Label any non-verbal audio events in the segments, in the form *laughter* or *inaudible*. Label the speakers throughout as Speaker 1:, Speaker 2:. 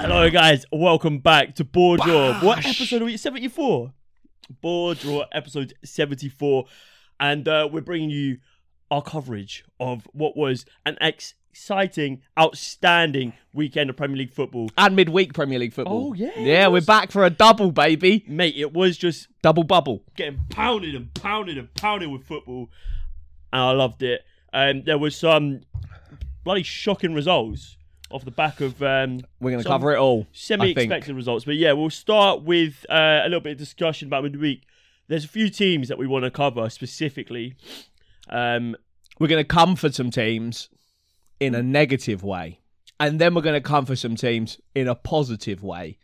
Speaker 1: So, guys, welcome back to Board Draw. What episode are we? 74. Board Draw, episode 74. And uh, we're bringing you our coverage of what was an exciting, outstanding weekend of Premier League football.
Speaker 2: and midweek Premier League football.
Speaker 1: Oh, yeah,
Speaker 2: yeah,
Speaker 1: it
Speaker 2: we're
Speaker 1: was.
Speaker 2: back for a double, baby,
Speaker 1: Mate, it was just
Speaker 2: double bubble.
Speaker 1: getting pounded and pounded and pounded with football, and I loved it. Um, there was some bloody shocking results off the back of um,
Speaker 2: We're gonna
Speaker 1: some
Speaker 2: cover it all. I think.
Speaker 1: Semi-expected results, but yeah, we'll start with uh, a little bit of discussion about midweek. There's a few teams that we want to cover specifically. Um,
Speaker 2: We're gonna come for some teams in a negative way, and then we're gonna come for some teams in a positive way.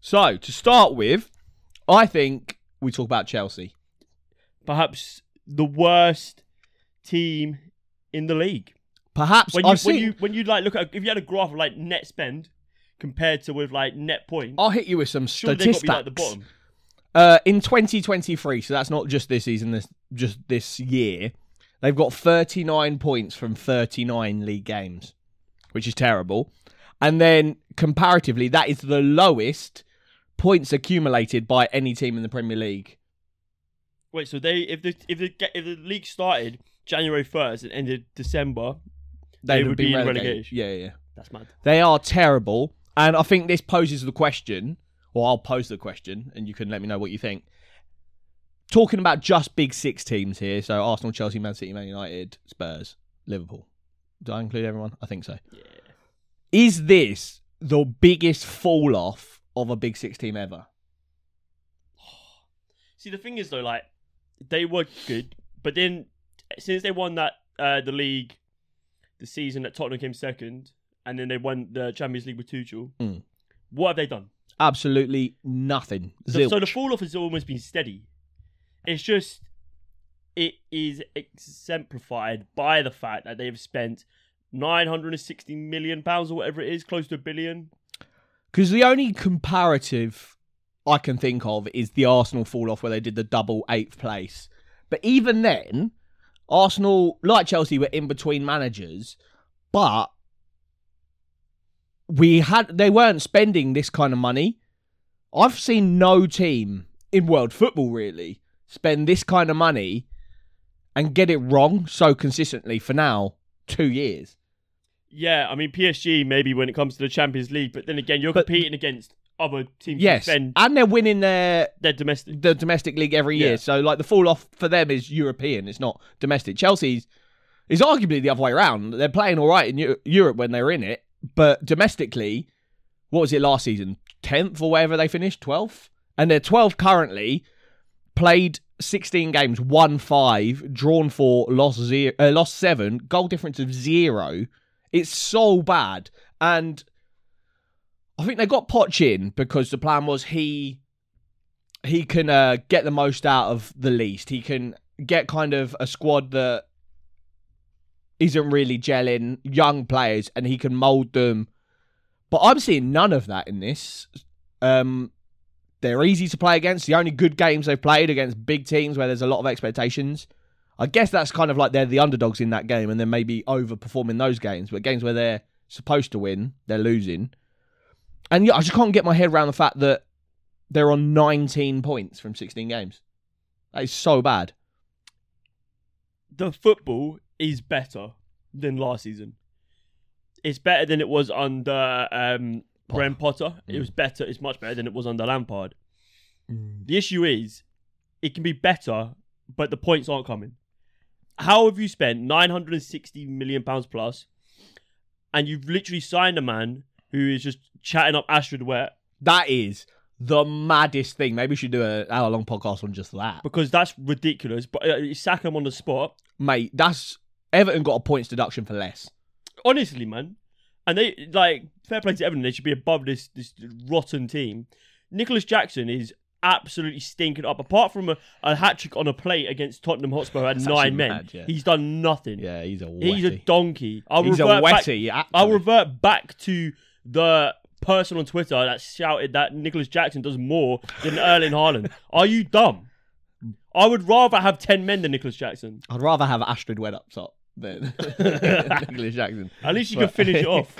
Speaker 2: So to start with, I think we talk about Chelsea.
Speaker 1: perhaps the worst team in the league.
Speaker 2: Perhaps
Speaker 1: When you,
Speaker 2: I've
Speaker 1: when
Speaker 2: seen.
Speaker 1: you when you like look at if you had a graph of like net spend compared to with like net points,
Speaker 2: I'll hit you with some
Speaker 1: surely they've got to
Speaker 2: Oh, statistics.
Speaker 1: be like the bottom.
Speaker 2: Uh, in 2023, so that's not just this season, this just this year. They've got 39 points from 39 league games, which is terrible. And then comparatively, that is the lowest points accumulated by any team in the Premier League.
Speaker 1: Wait, so they if the if the ga- if the league started January first and ended December, They
Speaker 2: They'd
Speaker 1: would
Speaker 2: been
Speaker 1: be in
Speaker 2: relegated.
Speaker 1: relegation.
Speaker 2: Yeah, yeah. yeah.
Speaker 1: that's mad.
Speaker 2: They are terrible, and I think this poses the question, or I'll pose the question, and you can let me know what you think. Talking about just big six teams here, so Arsenal, Chelsea, Man City, Man United, Spurs, Liverpool. Did I include everyone? I think so.
Speaker 1: Yeah.
Speaker 2: Is this the biggest fall off of a big six team ever?
Speaker 1: See, the thing is though, like they were good, but then since they won that uh, the league, the season that Tottenham came second, and then they won the Champions League with Tuchel.
Speaker 2: Mm.
Speaker 1: What have they done?
Speaker 2: Absolutely nothing.
Speaker 1: So,
Speaker 2: Zilch.
Speaker 1: so the fall off has almost been steady. It's just it is exemplified by the fact that they've spent 960 million pounds or whatever it is, close to a billion.
Speaker 2: Because the only comparative I can think of is the Arsenal fall off where they did the double eighth place. But even then, Arsenal, like Chelsea, were in between managers, but we had they weren't spending this kind of money. I've seen no team in world football really spend this kind of money and get it wrong so consistently for now two years.
Speaker 1: Yeah, I mean PSG maybe when it comes to the Champions League, but then again you're
Speaker 2: But-
Speaker 1: competing against other teams. who
Speaker 2: Yes,
Speaker 1: spend
Speaker 2: and they're winning their
Speaker 1: their domestic.
Speaker 2: the domestic league every year.
Speaker 1: Yeah.
Speaker 2: So like the fall off for them is European. It's not domestic. Chelsea's is arguably the other way around. They're playing all right in Eu- Europe when they're in it, but domestically, what was it last season? Tenth or wherever they finished, twelfth, and they're twelfth currently. Played sixteen games, won five, drawn four, lost zero, uh, lost seven, goal difference of zero. It's so bad, and I think they got Poch in because the plan was he he can uh, get the most out of the least. He can get kind of a squad that isn't really gelling young players, and he can mold them. But I'm seeing none of that in this. Um, they're easy to play against. The only good games they've played against big teams where there's a lot of expectations. I guess that's kind of like they're the underdogs in that game, and they're maybe overperforming those games. But games where they're supposed to win, they're losing. And yeah, I just can't get my head around the fact that they're on 19 points from 16 games. That is so bad.
Speaker 1: The football is better than last season. It's better than it was under um, Graham Potter. It
Speaker 2: Mm.
Speaker 1: was better. It's much better than it was under Lampard. The issue is, it can be better, but the points aren't coming. How have you spent 960 million pounds plus, and you've literally signed a man who is just chatting up Astrid Wet
Speaker 2: That is the maddest thing. Maybe we should do an hour long podcast on just that.
Speaker 1: because that's ridiculous. But uh, you sack him on the spot.
Speaker 2: Mate, that's Everton got a points deduction for less.
Speaker 1: honestly, man. And they like fair play to Everton. They should be above this this rotten team. Nicholas Jackson is absolutely stinking up. Apart from a, a hat trick on a plate against Tottenham Hotspur at
Speaker 2: That's
Speaker 1: nine
Speaker 2: actually
Speaker 1: men,
Speaker 2: mad, yeah.
Speaker 1: he's done nothing.
Speaker 2: Yeah, he's a wetty.
Speaker 1: He's a donkey. I'll
Speaker 2: He's a
Speaker 1: revert back-
Speaker 2: wetty, actually.
Speaker 1: I'll revert back to the person on Twitter that shouted that Nicholas Jackson does more than Erling
Speaker 2: *laughs*
Speaker 1: Haaland. Are you dumb? I would rather have ten men than Nicholas Jackson.
Speaker 2: I'd rather have Astrid Wed up top. than *laughs* an English accent.
Speaker 1: At least you
Speaker 2: But-
Speaker 1: can finish
Speaker 2: *laughs*
Speaker 1: it off.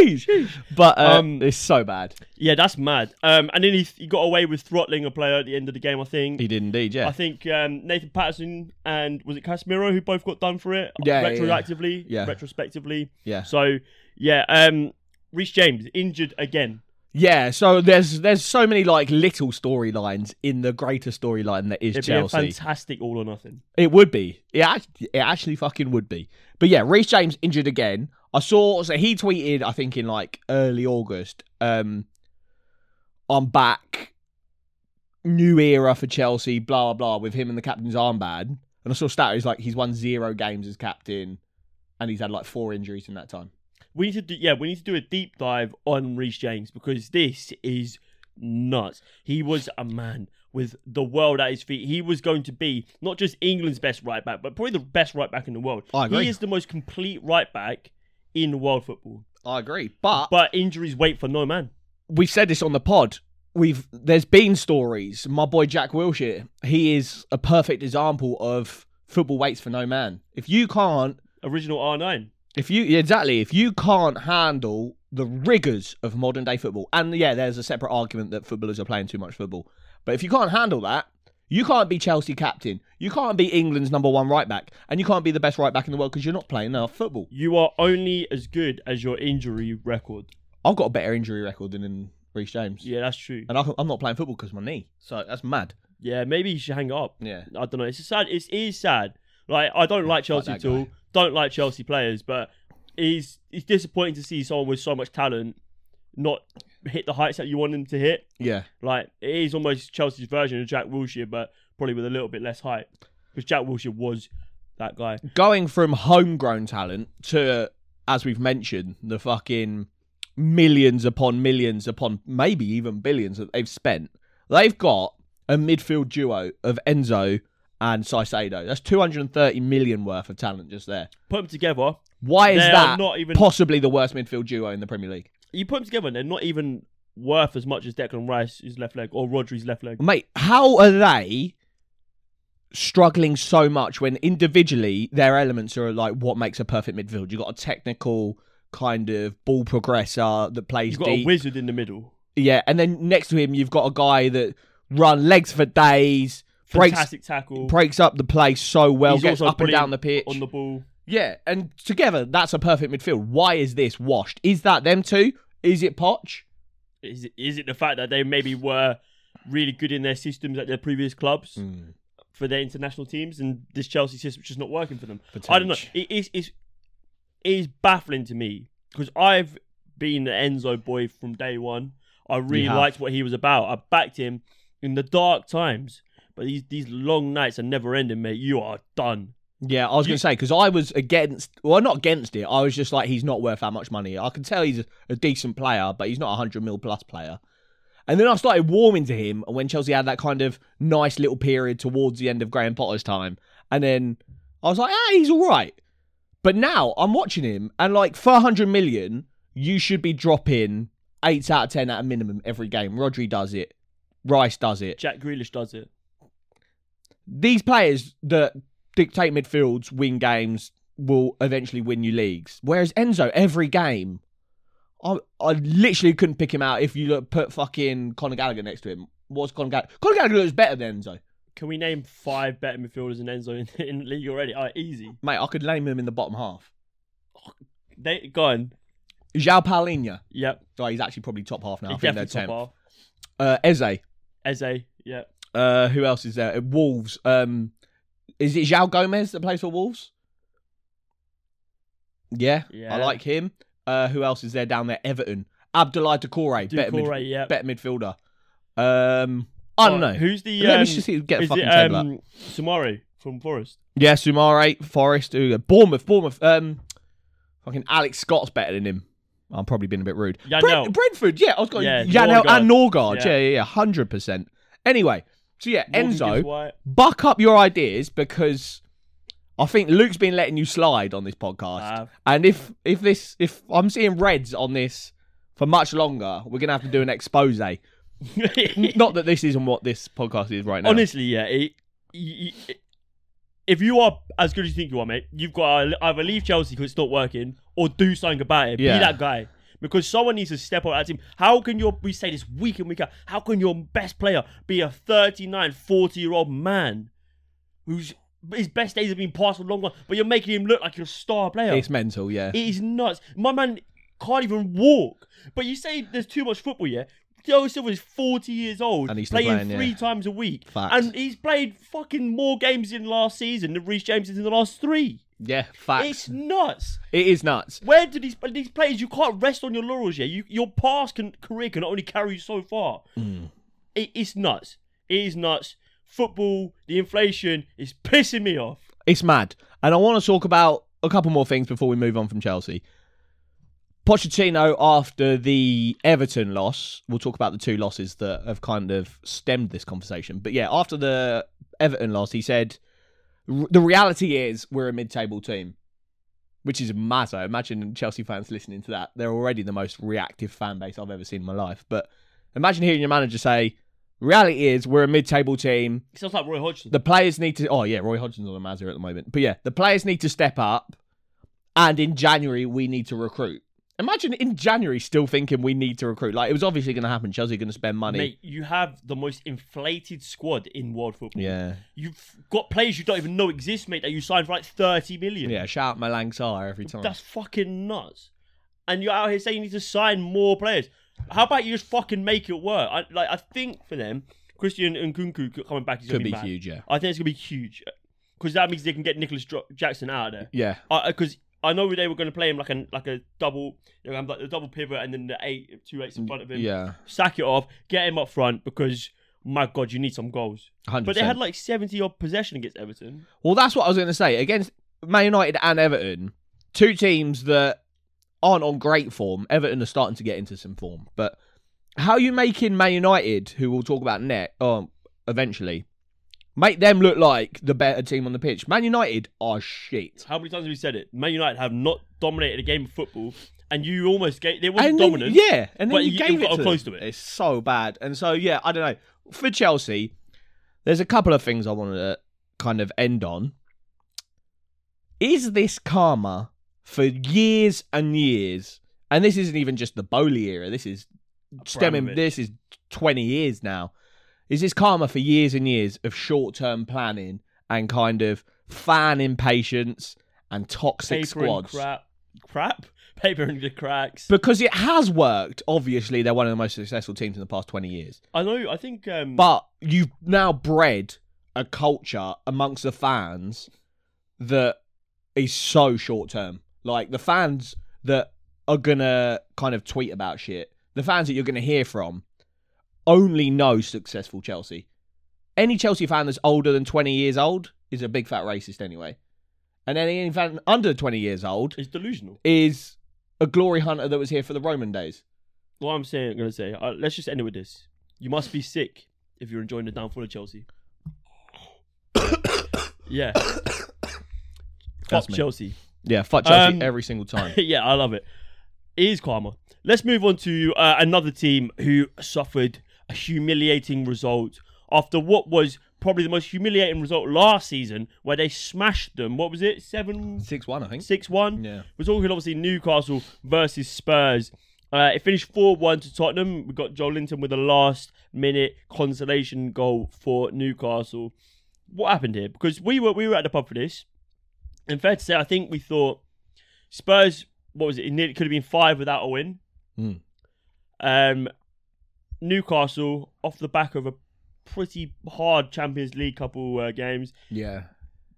Speaker 2: Jeez! But uh,
Speaker 1: Um,
Speaker 2: it's so bad.
Speaker 1: Yeah, that's mad. Um, and then he, he got away with throttling a player at the end of the game. I think.
Speaker 2: He did indeed, yeah.
Speaker 1: I think um, Nathan Patterson and was it Casemiro who both got done for it
Speaker 2: Yeah, yeah, yeah.
Speaker 1: retroactively,
Speaker 2: Yeah.
Speaker 1: retrospectively.
Speaker 2: yeah.
Speaker 1: So yeah, um, Reece James injured again.
Speaker 2: Yeah, so there's there's so many like little storylines in the greater storyline that is
Speaker 1: It'd
Speaker 2: Chelsea.
Speaker 1: be a fantastic all or nothing.
Speaker 2: It would be. It actually, it actually fucking would be. But yeah, Reece James injured again. I saw so he tweeted I think in like early August. Um, I'm back. New era for Chelsea. Blah blah blah. With him in the captain's armband, and I saw stat he's like he's won zero games as captain, and he's had like four injuries in that time.
Speaker 1: We need to do yeah, we need to do a deep dive on Reece James because this is nuts. He was a man with the world at his feet. He was going to be not just England's best right back, but probably the best right back in the world.
Speaker 2: I agree.
Speaker 1: He is the most complete right back in world football.
Speaker 2: I agree, but
Speaker 1: But injuries wait for no man.
Speaker 2: we've said this on the pod. We've there's been stories. My boy Jack Wilshire, he is a perfect example of football waits for no man. If you can't,
Speaker 1: Original R nine.
Speaker 2: if you yeah, exactly, if you can't handle the rigors of modern day football, and yeah, there's a separate argument that footballers are playing too much football. But if you can't handle that, you can't be Chelsea captain. You can't be England's number one right back, and you can't be the best right back in the world because you're not playing enough football.
Speaker 1: You are only as good as your injury record.
Speaker 2: I've got a better injury record than in Reece James,
Speaker 1: Yeah, that's true.
Speaker 2: and I, I'm not playing football because my knee. So that's mad.
Speaker 1: Yeah, maybe you should hang it up.
Speaker 2: Yeah.
Speaker 1: I don't know. It's a sad. It's, it is sad. Like I don't like Chelsea
Speaker 2: that
Speaker 1: at all. Don't like Chelsea players, but it's it's disappointing to see someone with so much talent not hit the heights that you want them to hit.
Speaker 2: Yeah.
Speaker 1: Like it is almost Chelsea's version of Jack Wilshere, but probably with a little bit less hype because Jack Wilshere was that guy.
Speaker 2: going from homegrown talent to, as we've mentioned, the fucking millions upon millions upon maybe even billions that they've spent. They've got a midfield duo of Enzo and Saicedo. That's 230 million worth of talent just there.
Speaker 1: Put them together.
Speaker 2: Why is
Speaker 1: They are
Speaker 2: that
Speaker 1: not even-
Speaker 2: possibly the worst midfield duo in the Premier League?
Speaker 1: You put them together, and they're not even worth as much as Declan Rice's left leg or Rodri's left leg.
Speaker 2: Mate, how are they struggling so much when individually their elements are like what makes a perfect midfield? You've got a technical kind of ball progressor that plays
Speaker 1: You've got a
Speaker 2: deep.
Speaker 1: wizard in the middle.
Speaker 2: yeah, and then next to him you've got a guy that run legs for days, breaks
Speaker 1: Fantastic tackle.
Speaker 2: breaks up the play so well,
Speaker 1: He's
Speaker 2: gets
Speaker 1: also
Speaker 2: up and
Speaker 1: brilliant
Speaker 2: down the pitch.
Speaker 1: on the ball.
Speaker 2: yeah, and together that's a perfect midfield. Why is this washed? Is that them two? Is it Poch?
Speaker 1: Is it, is it the fact that they maybe were really good in their systems at their previous clubs
Speaker 2: Mm.
Speaker 1: for their international teams, and this Chelsea system's just not working for them? I don't know.
Speaker 2: Potential.
Speaker 1: It is it's, it is baffling to me because I've been an Enzo boy from day one. I really
Speaker 2: have.
Speaker 1: liked what he was about. I backed him in the dark times, but these these long nights are never ending, mate. You are done.
Speaker 2: Yeah, I was going to say because I was against. Well, not against it. I was just like, he's not worth that much money. I can tell he's a, a decent player, but he's not a hundred mil plus player. And then I started warming to him when Chelsea had that kind of nice little period towards the end of Graham Potter's time, and then I was like, ah, he's all right. But now I'm watching him, and like for a hundred million, you should be dropping eight out of ten at a minimum every game. Rodri does it. Rice does it
Speaker 1: Jack Grealish does it.
Speaker 2: these players that dictate midfields, win games, will eventually win you leagues. Whereas Enzo, every game, I, I literally couldn't pick him out if you look, put fucking Conor Gallagher next to him. What's Conor Gallagher? Conor Gallagher looks better than Enzo.
Speaker 1: Can we name five better midfielders than Enzo in, *laughs* in the league already? All right, easy.
Speaker 2: Mate, I could name him in the bottom half.
Speaker 1: They gone.
Speaker 2: João Paulinho.
Speaker 1: Yep.
Speaker 2: Oh, he's actually probably top half now. I
Speaker 1: He's
Speaker 2: think they're
Speaker 1: definitely top
Speaker 2: 10th.
Speaker 1: half.
Speaker 2: Uh, Eze.
Speaker 1: Eze, yeah.
Speaker 2: Uh, who else is there? Uh, Wolves. Um, is it João Gomez that plays for Wolves? Yeah,
Speaker 1: Yeah.
Speaker 2: I like him. Uh, who else is there down there? Everton. Abdullah Decore, better, mid-
Speaker 1: Doucouré, yeah.
Speaker 2: better midfielder. Um, I don't
Speaker 1: Alright,
Speaker 2: know.
Speaker 1: Who's the. Um,
Speaker 2: Let me just see, get a
Speaker 1: is
Speaker 2: fucking
Speaker 1: it
Speaker 2: table up.
Speaker 1: um, Sumari from Forest?
Speaker 2: Yeah, Sumare, Forrest, who- Bournemouth, Bournemouth. Um, fucking Alex Scott's better than him. I'm probably being a bit rude.
Speaker 1: Yeah,
Speaker 2: Brent-
Speaker 1: no.
Speaker 2: Brentford, yeah, I was going
Speaker 1: Yeah,
Speaker 2: Janel
Speaker 1: Norgard.
Speaker 2: and Norgard. Yeah,
Speaker 1: Yeah.
Speaker 2: yeah, yeah, hundred percent. Anyway, so yeah,
Speaker 1: Morgan
Speaker 2: Enzo.
Speaker 1: Gibbs White.
Speaker 2: buck up your ideas because I think Luke's been letting you slide on this podcast.
Speaker 1: I have.
Speaker 2: and if if this if I'm seeing reds on this for much longer, we're gonna have to do an
Speaker 1: *laughs*
Speaker 2: expose. *laughs* Not that this isn't what this podcast is right now.
Speaker 1: Honestly, yeah. It, y- y- if you are as good as you think you are, mate, you've got to either leave Chelsea because it's not working or do something about it.
Speaker 2: Yeah.
Speaker 1: Be that guy. Because someone needs to step up that team. How can your, we say this week in, week out, how can your best player be a 39, 40 year old man whose his best days have been passed a long one, but you're making him look like your star player?
Speaker 2: It's mental, yeah.
Speaker 1: It is nuts. My man can't even walk. But you say there's too much football, yeah? Joe Silva is 40 years old,
Speaker 2: And he's still
Speaker 1: playing,
Speaker 2: playing,
Speaker 1: three
Speaker 2: yeah.
Speaker 1: times a week.
Speaker 2: Facts.
Speaker 1: And he's played fucking more games in last season than Reece James is in the last three.
Speaker 2: yeah, facts.
Speaker 1: It's nuts.
Speaker 2: It is nuts.
Speaker 1: Where do these these players? You can't rest on your laurels. Yeah, you, your past can, career can only carry you so far.
Speaker 2: Mm.
Speaker 1: It is nuts. It is nuts. Football, the inflation is pissing me off.
Speaker 2: It's mad. And I want to talk about a couple more things before we move on from Chelsea. Pochettino, after the Everton loss, we'll talk about the two losses that have kind of stemmed this conversation. But yeah, after the Everton loss, he said, The reality is we're a mid table team, which is matter. Imagine Chelsea fans listening to that. They're already the most reactive fan base I've ever seen in my life. But imagine hearing your manager say, Reality is we're a mid table team.
Speaker 1: It sounds like Roy Hodgson.
Speaker 2: The players need to. Oh yeah, Roy Hodgson's on the Mazza at the moment. But yeah, the players need to step up, and in January we need to recruit. Imagine in January still thinking we need to recruit. Like it was obviously going to happen. Chelsea going to spend money.
Speaker 1: Mate, you have the most inflated squad in world football.
Speaker 2: Yeah,
Speaker 1: You've got players you don't even know exist, mate, that you signed for like 30 million.
Speaker 2: yeah. Shout out Malang Sarr every time.
Speaker 1: That's fucking nuts. And you're out here saying you need to sign more players. How about you just fucking make it work? I, like, I think for them, Christian and Kunku coming back is going
Speaker 2: Could
Speaker 1: to
Speaker 2: be
Speaker 1: mad.
Speaker 2: huge. Yeah,
Speaker 1: I think it's going to be huge. Because that means they can get Nicholas Dro- Jackson out of there.
Speaker 2: yeah.
Speaker 1: Because I know they were going to play him like a, like a double, you know, like the double pivot and then the eight, two eights in front of him.
Speaker 2: Yeah,
Speaker 1: Sack it off, get him up front because, my God, you need some goals.
Speaker 2: hundred.
Speaker 1: But they had like 70 odd possession against Everton.
Speaker 2: Well, that's what I was going to say. Against Man United and Everton, two teams that aren't on great form. Everton are starting to get into some form. But how are you making Man United, who we'll talk about net um, eventually, make them look like the better team on the pitch? Man United are shit.
Speaker 1: How many times have we said it? Man United have not dominated a game of football, and you almost gave. They wasn't
Speaker 2: And then-
Speaker 1: dominant.
Speaker 2: yeah, and then
Speaker 1: but
Speaker 2: you,
Speaker 1: you-
Speaker 2: gave
Speaker 1: you've
Speaker 2: it
Speaker 1: got
Speaker 2: to
Speaker 1: close
Speaker 2: them.
Speaker 1: to it.
Speaker 2: It's so bad. And so yeah, I don't know. For Chelsea, there's a couple of things I want to kind of end on. Is this karma for years and years? And this isn't even just the Bowley era. This is stemming.
Speaker 1: Abramovich.
Speaker 2: This is 20 years now. Is this karma for years and years of short-term planning and kind of fan impatience and toxic
Speaker 1: paper
Speaker 2: squads?
Speaker 1: and crap, crap, *laughs* paper and the cracks.
Speaker 2: Because it has worked. Obviously, they're one of the most successful teams in the past 20 years.
Speaker 1: I know. I think. Um,
Speaker 2: But you've now bred a culture amongst the fans that is so short term. Like the fans that are going to kind of tweet about shit, the fans that you're going to hear from only know successful Chelsea. Any Chelsea fan that's older than 20 years old is a big fat racist anyway. And any fan under 20 years old
Speaker 1: it's delusional.
Speaker 2: is a glory hunter that was here for the Roman days.
Speaker 1: What I'm saying, I'm gonna say. Uh, let's just end it with this. You must be sick if you're enjoying the downfall of Chelsea. *coughs*
Speaker 2: *coughs*
Speaker 1: yeah.
Speaker 2: That's
Speaker 1: Fuck
Speaker 2: me.
Speaker 1: Chelsea.
Speaker 2: Yeah, fuck Chelsea
Speaker 1: Um,
Speaker 2: every single time.
Speaker 1: *laughs* yeah, I love it. It is karma. Let's move on to uh, another team who suffered a humiliating result after what was probably the most humiliating result last season, where they smashed them. What was it? Seven,
Speaker 2: Six one, I
Speaker 1: *coughs*
Speaker 2: think.
Speaker 1: six, one.
Speaker 2: Yeah.
Speaker 1: We're talking obviously Newcastle versus Spurs. Uh, it finished 4 1 to Tottenham. We got Joe Linton with a last minute consolation goal for Newcastle. What happened here? Because we were we were at the pub for this. And fair to say, I think we thought Spurs, what was it? It nearly- could have been five without a win.
Speaker 2: Mm.
Speaker 1: Um, Newcastle, off the back of a pretty hard Champions League couple uh, games.
Speaker 2: Yeah.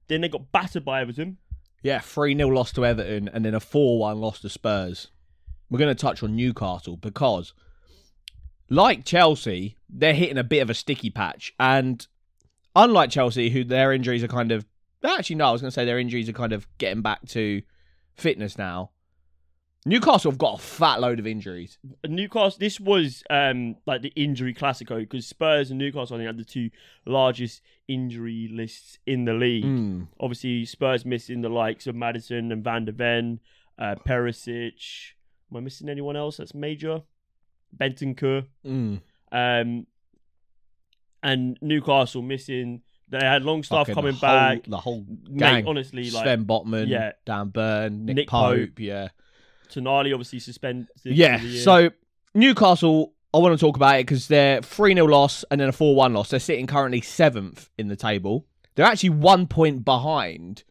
Speaker 1: Then they got battered by Everton.
Speaker 2: Yeah, 3 0 loss to Everton and then a 4 1 loss to Spurs. We're going to touch on Newcastle because, like Chelsea, they're hitting a bit of a sticky patch. And unlike Chelsea, who their injuries are kind of. Actually, no, I was going to say their injuries are kind of getting back to fitness now. Newcastle have got a fat load of injuries.
Speaker 1: Newcastle. This was um like the injury classico because Spurs and Newcastle I think had the two largest injury lists in the league.
Speaker 2: Mm.
Speaker 1: Obviously, Spurs missing the likes of Madison and Van de Ven, uh, Perisic. Am I missing anyone else that's major? Bentancur.
Speaker 2: Mm.
Speaker 1: Um, and Newcastle missing They had long staff
Speaker 2: Fucking
Speaker 1: coming
Speaker 2: the whole-
Speaker 1: back.
Speaker 2: The whole
Speaker 1: Mate,
Speaker 2: gang.
Speaker 1: honestly, like
Speaker 2: Sven Botman,
Speaker 1: yeah.
Speaker 2: Dan Byrne, Nick,
Speaker 1: Nick
Speaker 2: Pope,
Speaker 1: Pope.
Speaker 2: yeah.
Speaker 1: Tonali obviously suspended. for
Speaker 2: Yeah.
Speaker 1: the year.
Speaker 2: So Newcastle, I want to talk about it because they're 3 0 loss and then a 4 1 loss. They're sitting currently seventh in the table. They're actually one point behind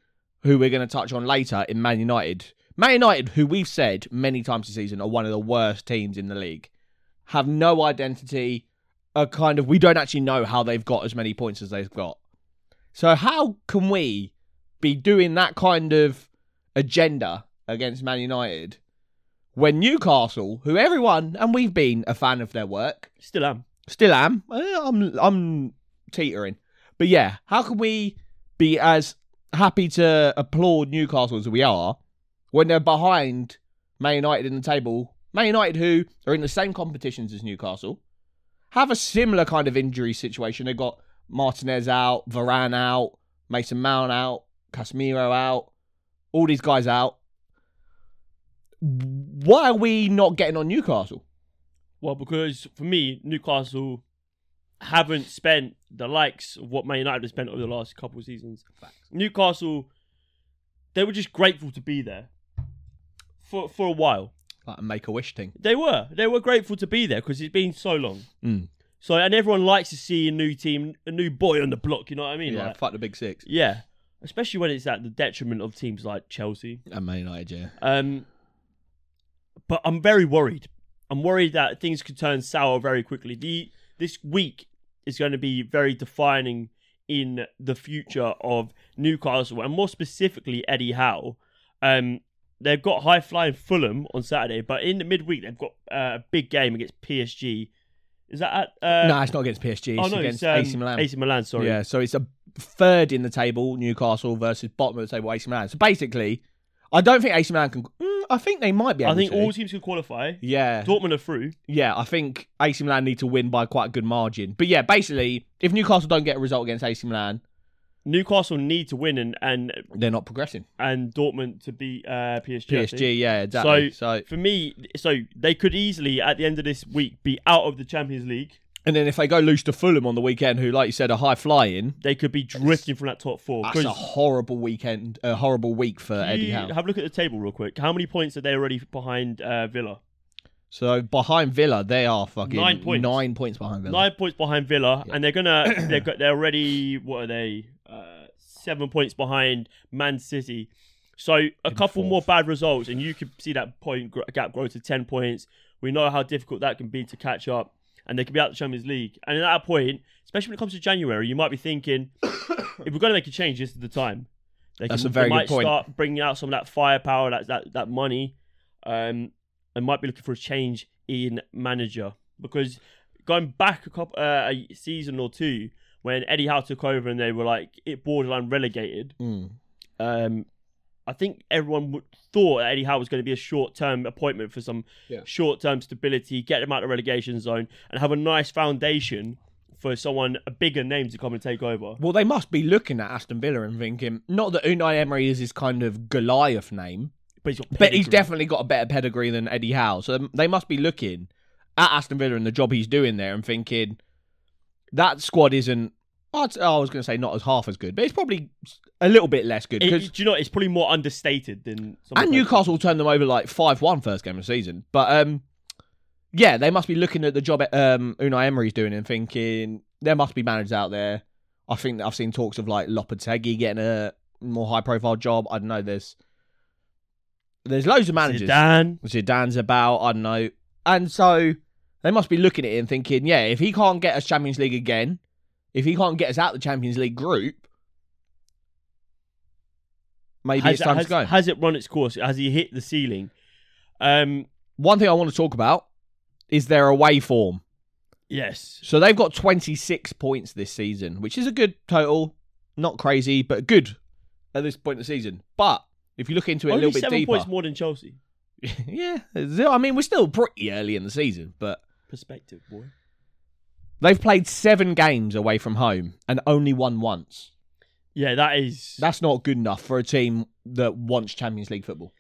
Speaker 2: who we're going to touch on later in Man United. Man United, who we've said many times this season are one of the worst teams in the league, have no identity. A kind of we don't actually know how they've got as many points as they've got. So how can we be doing that kind of agenda against Man United when Newcastle, who everyone and we've been a fan of their work,
Speaker 1: still am.
Speaker 2: still am. eh, I'm I'm teetering, but yeah, how can we be as happy to applaud Newcastle as we are when they're behind Man United in the table? Man United, who are in the same competitions as Newcastle, have a similar kind of injury situation. They've got Martinez out, Varane out, Mason Mount out, Casemiro out, all these guys out. Why are we not getting on Newcastle?
Speaker 1: Well, because for me, Newcastle haven't spent the likes of what Man United have spent over the last couple of seasons. Newcastle, they were just grateful to be there for for a while.
Speaker 2: Like a make a wish thing.
Speaker 1: They were. They were grateful to be there because it's been so long.
Speaker 2: Mm.
Speaker 1: So and everyone likes to see a new team, a new boy on the block. You know what I mean?
Speaker 2: Yeah,
Speaker 1: Like,
Speaker 2: fuck the big six.
Speaker 1: yeah. Especially when it's at the detriment of teams like Chelsea.
Speaker 2: And Man United, yeah.
Speaker 1: Um, but I'm very worried. I'm worried that things could turn sour very quickly. The this week is going to be very defining in the future of Newcastle and more specifically Eddie Howe. Um, they've got high flying Fulham on Saturday, but in the midweek they've got uh, a big game against PSG. Is that at? Uh,
Speaker 2: no, it's not against PSG. It's
Speaker 1: oh no, it's,
Speaker 2: against
Speaker 1: um,
Speaker 2: AC Milan.
Speaker 1: AC Milan, sorry.
Speaker 2: Yeah, so it's a third in the table, Newcastle versus bottom of the table, AC Milan. So basically, I don't think AC Milan can. Mm, I think they might be. Able
Speaker 1: I think
Speaker 2: to.
Speaker 1: all teams can qualify.
Speaker 2: Yeah,
Speaker 1: Dortmund are through.
Speaker 2: yeah. I think AC Milan need to win by quite a good margin. But yeah, basically, if Newcastle don't get a result against AC Milan,
Speaker 1: Newcastle need to win and and,
Speaker 2: they're not progressing.
Speaker 1: and Dortmund to beat uh, PSG. I think.
Speaker 2: PSG, yeah, exactly. So,
Speaker 1: For me, so they could easily at the end of this week be out of the Champions League.
Speaker 2: and then if they go loose to Fulham on the weekend, who, like you said, are high flying,
Speaker 1: They could be drifting from that top four.
Speaker 2: that's a horrible weekend, a horrible week for Eddie
Speaker 1: you-
Speaker 2: Howe.
Speaker 1: Have a look at the table real quick. How many points are they already behind uh, Villa?
Speaker 2: So behind Villa, they are fucking
Speaker 1: Nine points.
Speaker 2: nine points behind Villa.
Speaker 1: Nine points behind Villa, and they're
Speaker 2: *coughs*
Speaker 1: gonna they've got they're already what are they? Uh, seven points behind Man City. So a couple
Speaker 2: fourth.
Speaker 1: more bad results, and you could see that point gr- gap grow to ten points. We know how difficult that can be to catch up, and they could be out of the Champions League. And at that point, especially when it comes to January, you might be thinking, *coughs* if we're going to make a change, this is the time. They
Speaker 2: That's
Speaker 1: can-
Speaker 2: a very
Speaker 1: they
Speaker 2: good
Speaker 1: might
Speaker 2: point.
Speaker 1: Start bringing out some of that firepower, that that that money, um, and might be looking for a change in manager because going back a couple uh, a season or two when Eddie Howe took over and they were like it borderline relegated.
Speaker 2: Mm.
Speaker 1: Um, I think everyone would, thought that Eddie Howe was going to be a short term appointment for some
Speaker 2: Yeah.
Speaker 1: short term stability, get them out of the relegation zone, and have a nice foundation for someone a bigger name to come and take over.
Speaker 2: Well, they must be looking at Aston Villa and thinking, not that Unai Emery is his kind of Goliath name,
Speaker 1: But he's, got
Speaker 2: but he's
Speaker 1: pedigree.
Speaker 2: definitely got a better pedigree than Eddie Howe. So they must be looking at Aston Villa and the job he's doing there and thinking that squad isn't. I'd- I was going to say not as half as good, but it's probably a little bit less good.
Speaker 1: It-
Speaker 2: 'cause-
Speaker 1: do you know? what? It's probably more understated than some
Speaker 2: and
Speaker 1: of the-
Speaker 2: Newcastle turned them over like 5-1 first game of the season. But um, yeah, they must be looking at the job um, Unai Emery's doing and thinking there must be managers out there. I think that I've seen talks of like Lopetegui getting a more high-profile job. I don't know. There's there's loads of managers.
Speaker 1: Zidane.
Speaker 2: Zidane's about. I don't know. And so they must be looking at it and thinking, yeah, if he can't get us Champions League again, if he can't get us out the Champions League group, maybe
Speaker 1: has,
Speaker 2: it's time
Speaker 1: has-
Speaker 2: to go.
Speaker 1: has it run its course? Has he hit the ceiling? Um,
Speaker 2: one thing I want to talk about is their away form.
Speaker 1: yes.
Speaker 2: So they've got 26 points this season, which is a good total. Not crazy, but good at this point of the season. But if you look into it
Speaker 1: Only
Speaker 2: a little bit
Speaker 1: seven
Speaker 2: deeper,
Speaker 1: points more than Chelsea.
Speaker 2: *laughs* yeah, I mean we're still pretty early in the season, but
Speaker 1: Perspective, boy.
Speaker 2: they've played seven games away from home and only won once.
Speaker 1: Yeah, that is.
Speaker 2: That's not good enough for a team that wants Champions League football.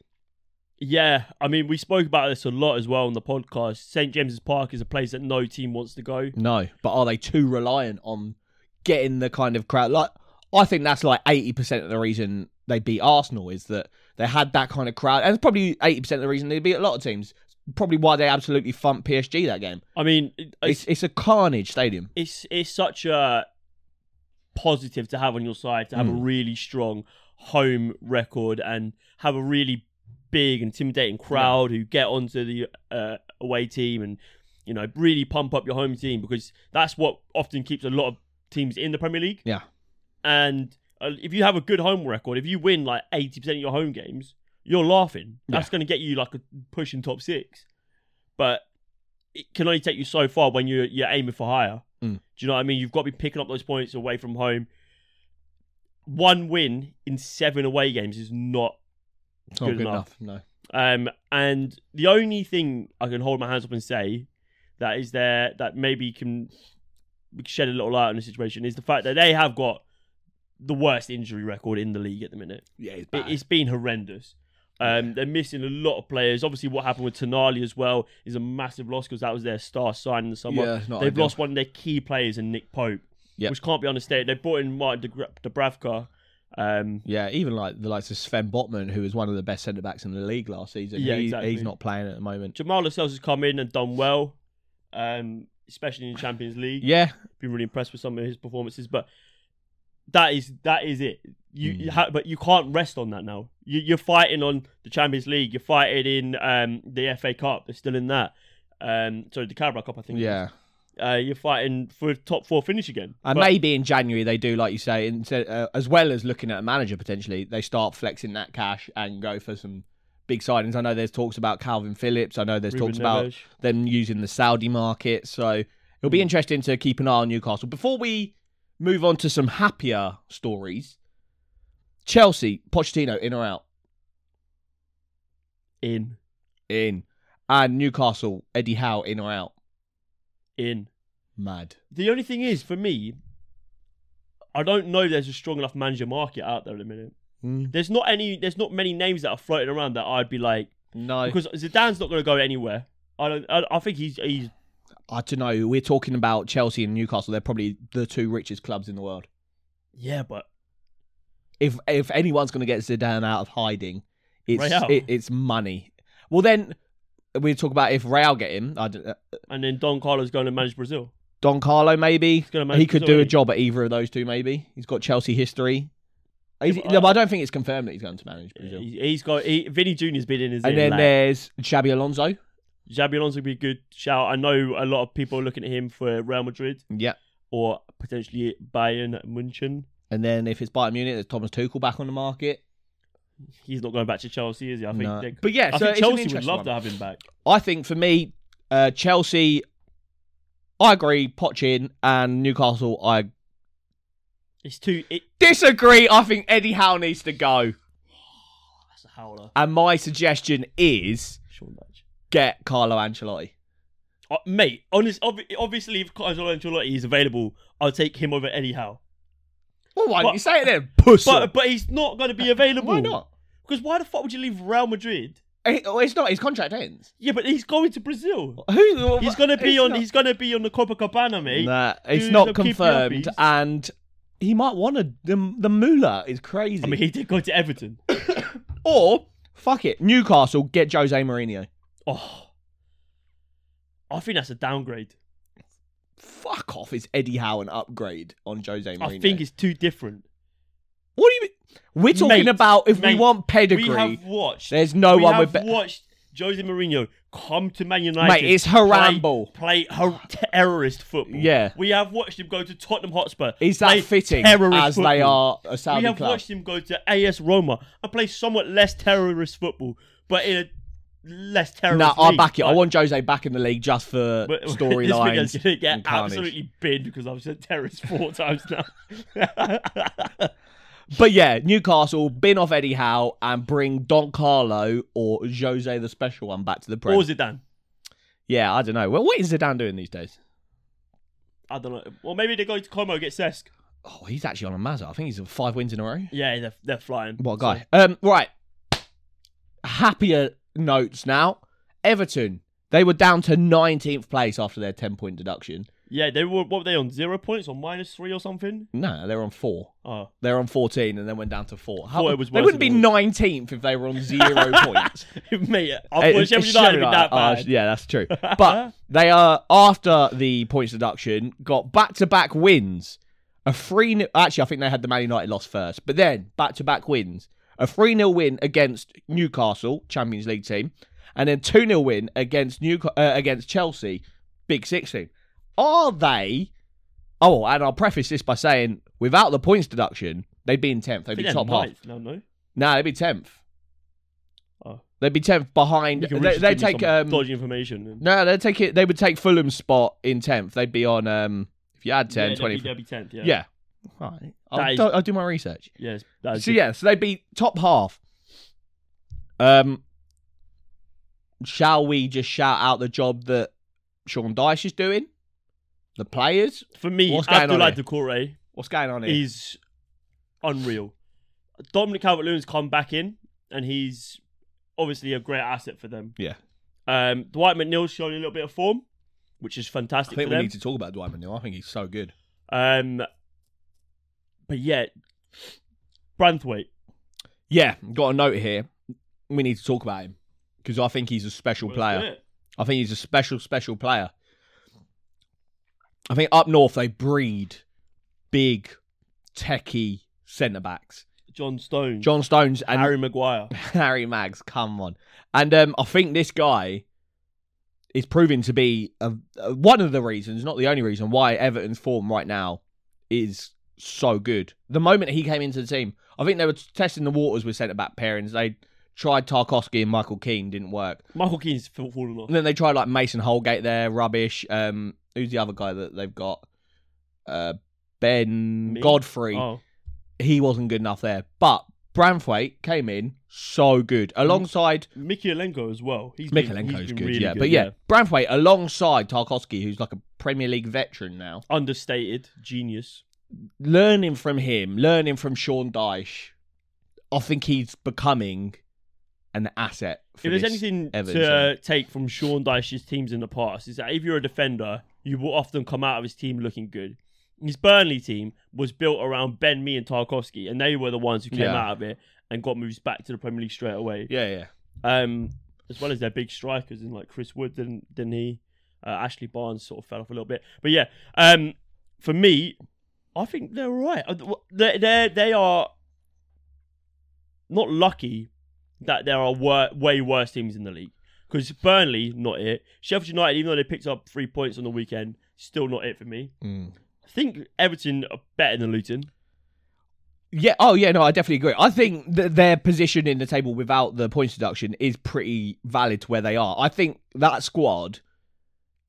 Speaker 1: yeah, I mean, we spoke about this a lot as well on the podcast. St James's Park is a place that no team wants to go.
Speaker 2: No, but are they too reliant on getting the kind of crowd. Like I think that's like eighty percent of the reason they beat Arsenal is that they had that kind of crowd, and it's probably eighty percent of the reason they beat a lot of teams. Probably why they absolutely thumped PSG that game.
Speaker 1: I mean, it-
Speaker 2: It's it's a carnage stadium.
Speaker 1: it's it's such a positive to have on your side to have a really strong home record and have a really big intimidating crowd who get onto the uh, away team and you know really pump up your home team because that's what often keeps a lot of teams in the Premier League
Speaker 2: Yeah.
Speaker 1: and uh, if you have a good home record if you win like 80% of your home games you're laughing that's going to get you like a push in top 6 but it can only take you so far when you're you're aiming for higher.
Speaker 2: Mm.
Speaker 1: Do you know what I mean? You've got to be picking up those points away from home. One win in seven away games is not
Speaker 2: It's not
Speaker 1: Good
Speaker 2: Oh, good,
Speaker 1: enough.
Speaker 2: enough.
Speaker 1: um, and the only thing I can hold my hands up and say that is there that maybe can shed a little light on the situation is the fact that they have got the worst injury record in the league at the minute.
Speaker 2: No. Yeah, it's
Speaker 1: It, it's been horrendous. Um, they're missing a lot of players. Obviously, what happened with Tonali as well is a massive loss because that was their star sign in the summer.
Speaker 2: Yeah, it's not
Speaker 1: They've
Speaker 2: ideal.
Speaker 1: lost one of their key players in Nick Pope,
Speaker 2: Yep.
Speaker 1: which can't be understated. They brought in Martin Dubra- Dubravka. Um,
Speaker 2: Yeah, even like the likes of Sven Botman, who was one of the best centre backs in the league last season.
Speaker 1: Yeah,
Speaker 2: he,
Speaker 1: exactly.
Speaker 2: he's not playing at the moment.
Speaker 1: Jamal Lascelles has come in and done well, um, especially in the Champions League.
Speaker 2: Yeah,
Speaker 1: Been really impressed with some of his performances, but that is that is it. You, you
Speaker 2: Mm.
Speaker 1: ha- but you can't rest on that now. You, you're fighting on the Champions League. You're fighting in um, the FA Cup. They're still in that. Um, sorry, the Carabao Cup, I think. it is.
Speaker 2: yeah.
Speaker 1: Uh, you're fighting for a top four finish again.
Speaker 2: And
Speaker 1: But-
Speaker 2: maybe in January they do, like you say, instead, uh, as well as looking at a manager potentially, they start flexing that cash and go for some big signings. I know there's talks about Calvin Phillips. I know there's
Speaker 1: Ruben
Speaker 2: talks about
Speaker 1: Neves. Hmm.
Speaker 2: them using the Saudi market. So it'll be interesting to keep an eye on Newcastle. Before we move on to some happier stories, Chelsea, Pochettino, in or out?
Speaker 1: in
Speaker 2: In. And Newcastle, Eddie Howe, in or out?
Speaker 1: in.
Speaker 2: Mad.
Speaker 1: The only thing is, for me, I don't know if there's a strong enough manager market out there at the minute. There's not any. There's not many names that are floating around that I'd be like
Speaker 2: No,
Speaker 1: because Zidane's not going to go anywhere. I don't. I, I think he's he's
Speaker 2: I don't know. We're talking about Chelsea and Newcastle. They're probably the two richest clubs in the world.
Speaker 1: yeah, but
Speaker 2: if if anyone's going to get Zidane out of hiding, it's
Speaker 1: Real.
Speaker 2: it, it's money. Well, then we talk about if Real get him, I don't,
Speaker 1: and then Don Carlos going to manage Brazil.
Speaker 2: Don Carlo maybe
Speaker 1: gonna manage
Speaker 2: he could
Speaker 1: Brazil,
Speaker 2: do a
Speaker 1: isn't he?
Speaker 2: job at either of those two. Maybe he's got Chelsea history. He's-
Speaker 1: but I-
Speaker 2: no, but I don't think it's confirmed that he's going to manage Brazil.
Speaker 1: He's, he's got he, Vinny Junior's been in his.
Speaker 2: and then there's Xabi Alonso.
Speaker 1: Xabi Alonso would be a good shout. I know a lot of people are looking at him for Real Madrid
Speaker 2: Yeah.
Speaker 1: or potentially Bayern Munchen.
Speaker 2: And then if it's Bayern Munich, there's Thomas Tuchel back on the market.
Speaker 1: He's not going back to Chelsea, is he? I think.
Speaker 2: No.
Speaker 1: they-
Speaker 2: But yeah,
Speaker 1: I
Speaker 2: so
Speaker 1: think
Speaker 2: it's
Speaker 1: Chelsea
Speaker 2: an
Speaker 1: would
Speaker 2: interesting
Speaker 1: love
Speaker 2: one.
Speaker 1: to have him back.
Speaker 2: I think for me, uh, Chelsea, I agree. Pochin and Newcastle, I
Speaker 1: It's too. It,
Speaker 2: disagree. I think Eddie Howe needs to go.
Speaker 1: that's a howler.
Speaker 2: And my suggestion is
Speaker 1: Sean Dyche.
Speaker 2: get Carlo Ancelotti.
Speaker 1: Uh, mate, honest, ob- obviously, if Carlo Ancelotti is available, I'll take him over Eddie Howe.
Speaker 2: Well, why
Speaker 1: But-
Speaker 2: didn't you say it then, pussy?
Speaker 1: But but he's not going to be available.
Speaker 2: why not?
Speaker 1: Because why the fuck would you leave Real Madrid?
Speaker 2: Eh, oh, it's not. His contract ends.
Speaker 1: Yeah, but he's going to Brazil.
Speaker 2: Who?
Speaker 1: He's going to be
Speaker 2: it's
Speaker 1: on.
Speaker 2: Not,
Speaker 1: He's going to be on the Copacabana, mate.
Speaker 2: nah, it's
Speaker 1: Dude,
Speaker 2: not
Speaker 1: they'll keep you
Speaker 2: confirmed,
Speaker 1: uppies.
Speaker 2: and he might want to. The, the Moolah is crazy.
Speaker 1: I mean, he did go to Everton.
Speaker 2: or fuck it, Newcastle get Jose Mourinho.
Speaker 1: Oh, I think that's a downgrade.
Speaker 2: Fuck off! Is Eddie Howe an upgrade on Jose Mourinho?
Speaker 1: I think it's too different.
Speaker 2: What do you? mean? We're talking
Speaker 1: Mate,
Speaker 2: about if we
Speaker 1: mate,
Speaker 2: want pedigree.
Speaker 1: We have watched.
Speaker 2: there's no
Speaker 1: we
Speaker 2: Oh, one
Speaker 1: have
Speaker 2: with. Be-
Speaker 1: watched Jose Mourinho come to Man United.
Speaker 2: Mate, it's
Speaker 1: play-
Speaker 2: Harambe.
Speaker 1: Play, her- terrorist football.
Speaker 2: Yeah.
Speaker 1: We have watched him go to Tottenham Hotspur.
Speaker 2: Is that
Speaker 1: play
Speaker 2: fitting
Speaker 1: terrorist
Speaker 2: as they
Speaker 1: football.
Speaker 2: are a Saudi
Speaker 1: We have
Speaker 2: club?
Speaker 1: watched him go to AS Roma and play somewhat less terrorist football, but in a less terrorist.
Speaker 2: No, I
Speaker 1: league.
Speaker 2: back it. I
Speaker 1: But-
Speaker 2: want Jose back in the league just for
Speaker 1: *laughs* but- this video's
Speaker 2: storylines.
Speaker 1: gonna get
Speaker 2: and carnage.
Speaker 1: absolutely binned because I've said terrorist
Speaker 2: *laughs*
Speaker 1: four times now.
Speaker 2: But yeah, Newcastle, bin off Eddie Howe and bring Don Carlo or Jose the special one back to the Prem.
Speaker 1: or Zidane.
Speaker 2: yeah, I don't know. Well, what is Zidane doing these days?
Speaker 1: I don't know. Well, maybe they go to Como get Sesk.
Speaker 2: Oh, he's actually on a mazza. I think he's on five wins in a row.
Speaker 1: Yeah, they're, they're flying.
Speaker 2: What a guy. Um, right. Happier notes now. Everton. They were down to 19th place after their 10 point deduction.
Speaker 1: Yeah, they were what were they on zero points or minus three or something?
Speaker 2: No, they're on four.
Speaker 1: Oh, *laughs*
Speaker 2: They're on 14 and then went down to four. How,
Speaker 1: Thought it was
Speaker 2: they
Speaker 1: worse
Speaker 2: wouldn't be
Speaker 1: than
Speaker 2: 19th if they were on zero *laughs* points.
Speaker 1: mate,
Speaker 2: It-
Speaker 1: I thought Sheffield
Speaker 2: it's- it's
Speaker 1: United would
Speaker 2: Sheffield
Speaker 1: be that
Speaker 2: United. Oh,
Speaker 1: bad.
Speaker 2: yeah,
Speaker 1: *laughs*
Speaker 2: that's true. But they are, after the points deduction, got back to back wins. A 3 0. Actually, I think they had the Man United loss first, but then back to back wins. A 3 0 win against Newcastle, Champions League team, and then 2 0 win against New, uh, against Chelsea, Big 16. Are they. Oh, and I'll preface this by saying without the points deduction, they'd be in 10th.
Speaker 1: I
Speaker 2: They'd
Speaker 1: think
Speaker 2: be
Speaker 1: they're
Speaker 2: top half.
Speaker 1: ninth. No, no.
Speaker 2: No, they'd be 10th.
Speaker 1: Oh.
Speaker 2: They'd be 10th behind.
Speaker 1: You can
Speaker 2: They,
Speaker 1: really
Speaker 2: they
Speaker 1: just give me
Speaker 2: take.
Speaker 1: some
Speaker 2: Um,
Speaker 1: dodgy information. and-
Speaker 2: no, they take it. They would take Fulham's spot in tenth. They'd be on. Um, if you had 10,
Speaker 1: yeah,
Speaker 2: 20.
Speaker 1: They'd be tenth. E, Yeah.
Speaker 2: yeah. Alright. I'll,
Speaker 1: That is-
Speaker 2: do- I'll do my research.
Speaker 1: Yes. That is
Speaker 2: So
Speaker 1: good.
Speaker 2: yeah, so they'd be top half. Um, shall we just shout out the job that Sean Dyche is doing? The players.
Speaker 1: For me,
Speaker 2: What's going on
Speaker 1: Abdullah
Speaker 2: here?
Speaker 1: Decore
Speaker 2: What's going on here?
Speaker 1: is unreal. Dominic Calvert-Lewin's come back in, and he's obviously a great asset for them.
Speaker 2: Yeah.
Speaker 1: Um, Dwight McNeil's showing a little bit of form, which is
Speaker 2: I
Speaker 1: fantastic
Speaker 2: think
Speaker 1: for
Speaker 2: we
Speaker 1: them.
Speaker 2: need to talk about Dwight McNeil. I think he's so good.
Speaker 1: Um, but yeah, Branthwaite.
Speaker 2: Yeah, got a note here. We need to talk about him because I think he's a special player. I think he's a special, special player. I think up north they breed big, techie centre backs.
Speaker 1: John Stone,
Speaker 2: John Stones and
Speaker 1: Harry Maguire. *laughs*
Speaker 2: *laughs* Harry Mags, come on. And um, I think this guy is proving to be a, a- one of the reasons, not the only reason, why Everton's form right now is so good. The moment he came into the team, I think they were testing the waters with centre back pairings. They tried Tarkovsky and Michael Keane, didn't work.
Speaker 1: Michael Keane's f- fallen off.
Speaker 2: And then they tried like Mason Holgate there, rubbish. Um, who's the other guy that they've got? Uh, Ben
Speaker 1: Me?
Speaker 2: Godfrey.
Speaker 1: Oh,
Speaker 2: He wasn't good enough there. But Branthwaite came in so good
Speaker 1: Mm-hmm.
Speaker 2: alongside
Speaker 1: Mikolenko as well. He's been- he's
Speaker 2: Mikalenko's
Speaker 1: been
Speaker 2: good,
Speaker 1: really
Speaker 2: yeah. But yeah, Branthwaite alongside Tarkovsky, who's like a Premier League veteran now,
Speaker 1: understated genius.
Speaker 2: learning from him, learning from Sean Dyche, I think he's becoming an asset. For
Speaker 1: if there's
Speaker 2: this
Speaker 1: anything
Speaker 2: Everton
Speaker 1: to
Speaker 2: team.
Speaker 1: uh, take from Sean Dyche's teams in the past, is that if you're a defender, you will often come out of his team looking good. His Burnley team was built around Ben, me, and Tarkovsky, and they were the ones who came
Speaker 2: Yeah.
Speaker 1: out of it and got moves back to the Premier League straight away.
Speaker 2: yeah, yeah,
Speaker 1: um, as well as their big strikers in like Chris Wood, didn't, didn't he? Uh, Ashley Barnes sort of fell off a little bit, but yeah. Um, for me, I think they're all right. They they they are not lucky that there are wor- way worse teams in the league because Burnley not it, Sheffield United even though they picked up three points on the weekend, still not it for me.
Speaker 2: Mm.
Speaker 1: I think Everton are better than Luton.
Speaker 2: Yeah. Oh, yeah. No, I definitely agree. I think that their position in the table without the points deduction is pretty valid to where they are. I think that squad,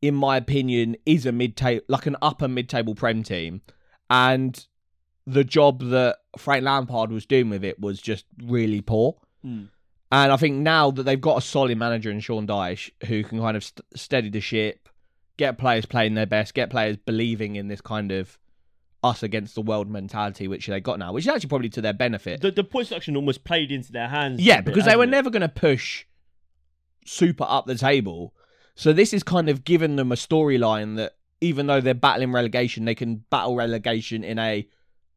Speaker 2: in my opinion, is a mid-table, like an upper mid-table prem team, and the job that Frank Lampard was doing with it was just really poor.
Speaker 1: Hmm.
Speaker 2: And I think now that they've got a solid manager in Sean Dyche who can kind of st- steady the ship, get players playing their best, get players believing in this kind of us against the world mentality which they got now, which is actually probably to their benefit.
Speaker 1: The the points deduction almost played into their hands.
Speaker 2: yeah,
Speaker 1: a bit,
Speaker 2: because they
Speaker 1: hasn't
Speaker 2: were
Speaker 1: it?
Speaker 2: never going to push super up the table. So this is kind of given them a storyline that even though they're battling relegation, they can battle relegation in a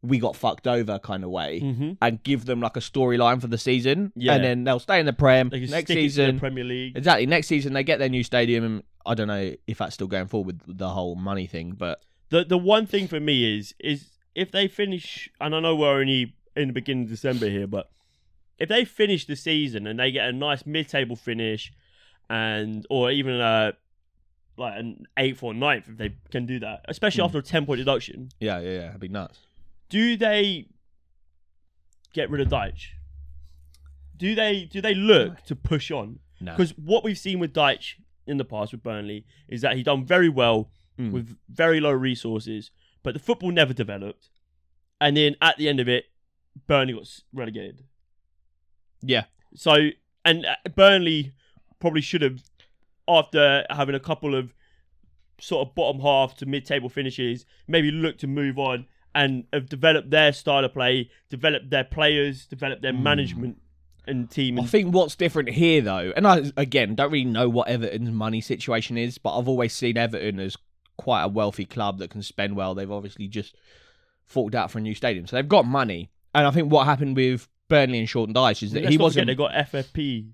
Speaker 2: we got fucked over kind of way
Speaker 1: Mhm.
Speaker 2: and give them like a storyline for the season.
Speaker 1: Yeah.
Speaker 2: And then they'll stay in the Prem.
Speaker 1: They can
Speaker 2: Next
Speaker 1: stick it to the
Speaker 2: season,
Speaker 1: Premier League.
Speaker 2: Exactly. Next season they get their new stadium, and I don't know if that's still going forward with the whole money thing, but
Speaker 1: The the one thing for me is is if they finish, and I know we're only in the beginning of December here, but if they finish the season and they get a nice mid-table finish, and or even a like an eighth or ninth, if they can do that, especially after a ten-point deduction,
Speaker 2: yeah, yeah, yeah, it'd be nuts.
Speaker 1: do they get rid of Deitch? Do they do they look to push on?
Speaker 2: No.
Speaker 1: Because what we've seen with Deitch in the past with Burnley is that he done very well
Speaker 2: Mm.
Speaker 1: with very low resources, but the football never developed. And then at the end of it, Burnley got s- relegated.
Speaker 2: Yeah,
Speaker 1: So, and uh, Burnley probably should have, after having a couple of sort of bottom half to mid table finishes, maybe look to move on and have developed their style of play, developed their players, developed their
Speaker 2: Hmm.
Speaker 1: management and team.
Speaker 2: I
Speaker 1: And
Speaker 2: think what's different here though, and I again don't really know what Everton's money situation is, but I've always seen Everton as quite a wealthy club that can spend well. They've obviously just forked out for a new stadium, so they've got money. And I think what happened with Burnley and Shorten Dyche is that
Speaker 1: Let's
Speaker 2: he
Speaker 1: not forget
Speaker 2: wasn't.
Speaker 1: They got FFP.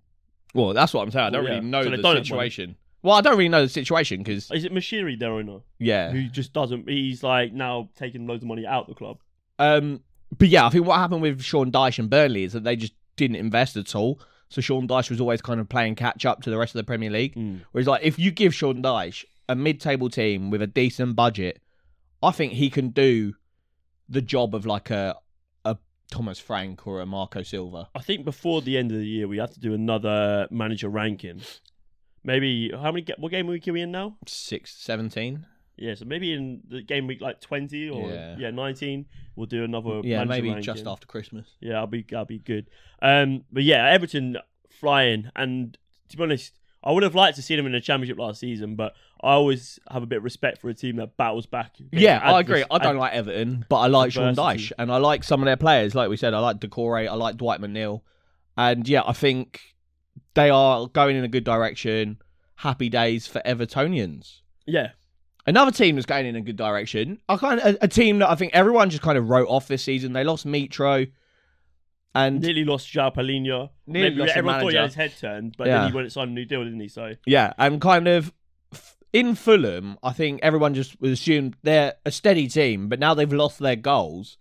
Speaker 2: Well, that's what I'm saying. I don't
Speaker 1: Well,
Speaker 2: really
Speaker 1: yeah.
Speaker 2: know
Speaker 1: So they don't have
Speaker 2: the
Speaker 1: money.
Speaker 2: situation. Well, I don't really know the situation because
Speaker 1: Is it Mashiri there or not?
Speaker 2: yeah,
Speaker 1: Who just doesn't? He's like now taking loads of money out the club.
Speaker 2: Um, but yeah, I think what happened with Sean Dyche and Burnley is that they just didn't invest at all. So Sean Dyche was always kind of playing catch up to the rest of the Premier League.
Speaker 1: Mm.
Speaker 2: Whereas, like, if you give Sean Dyche a mid-table team with a decent budget, I think he can do the job of like a a Thomas Frank or a Marco Silva.
Speaker 1: I think before the end of the year we have to do another manager ranking. Maybe how many? ga- What game week are we in now?
Speaker 2: Six seventeen.
Speaker 1: Yeah, so maybe in the game week like twenty or
Speaker 2: Yeah.
Speaker 1: yeah, nineteen, we'll do another.
Speaker 2: Yeah,
Speaker 1: manager
Speaker 2: maybe
Speaker 1: ranking.
Speaker 2: just after Christmas.
Speaker 1: Yeah, I'll be I'll be good. Um, but yeah, Everton flying, and to be honest, I would have liked to see them in the Championship last season, but I always have a bit of respect for a team that battles back.
Speaker 2: Yeah, I
Speaker 1: Advers-
Speaker 2: agree. I
Speaker 1: ad-
Speaker 2: don't like Everton, but I like Sean Dyche
Speaker 1: Adversity.
Speaker 2: and I like some of their players. Like we said, I like Decore, I like Dwight McNeil. And yeah, I think they are going in a good direction. Happy days for Evertonians.
Speaker 1: Yeah,
Speaker 2: Another team that's going in a good direction. I kind of, a, a team that I think everyone just kind of wrote off this season. They lost Mitro and
Speaker 1: nearly lost Jao Palinha.
Speaker 2: Nearly
Speaker 1: Maybe
Speaker 2: lost the
Speaker 1: everyone thought he
Speaker 2: manager.
Speaker 1: had his head turned, but
Speaker 2: Yeah.
Speaker 1: then he went and signed a new deal, didn't he? So
Speaker 2: Yeah, and kind of f- in Fulham, I think everyone just was assumed they're a steady team, but now they've lost their goals,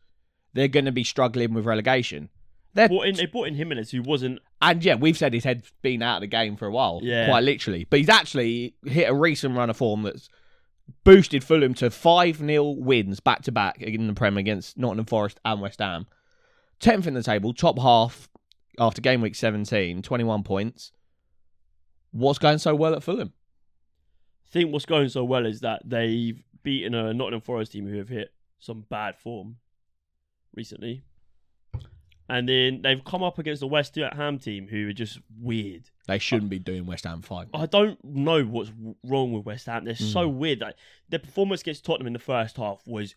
Speaker 2: they're going to be struggling with relegation. They're,
Speaker 1: brought in, they brought in Jimenez, who wasn't.
Speaker 2: and yeah, we've said his head's been out of the game for a while,
Speaker 1: Yeah.
Speaker 2: quite literally. But he's actually hit a recent run of form that's boosted Fulham to 5 0 wins back to back in the Prem against Nottingham Forest and West Ham. 10th in the table, top half after game week 17, 21 points. What's going so well at Fulham?
Speaker 1: I think what's going so well is that they've beaten a Nottingham Forest team who have hit some bad form recently. And then they've come up against the West Ham team, who are just weird.
Speaker 2: They shouldn't be doing West Ham five.
Speaker 1: I don't know what's w- wrong with West Ham. They're so weird. Like, their performance against Tottenham in the first half was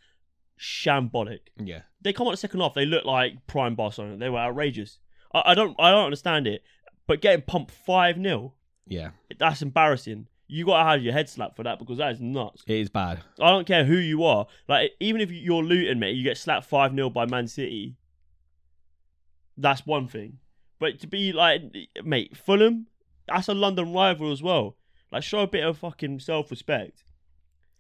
Speaker 1: shambolic.
Speaker 2: yeah,
Speaker 1: They come on the second half. They look like prime Barcelona. They were outrageous. I, I don't. I don't understand it. But getting pumped five 0
Speaker 2: yeah,
Speaker 1: that's embarrassing. You gotta have your head slapped for that because that is nuts.
Speaker 2: it is bad.
Speaker 1: I don't care who you are. Like even if you're Luton, mate, you get slapped five 0 by Man City. That's one thing, but to be like, mate, Fulham, that's a London rival as well. Like show a bit of fucking self respect.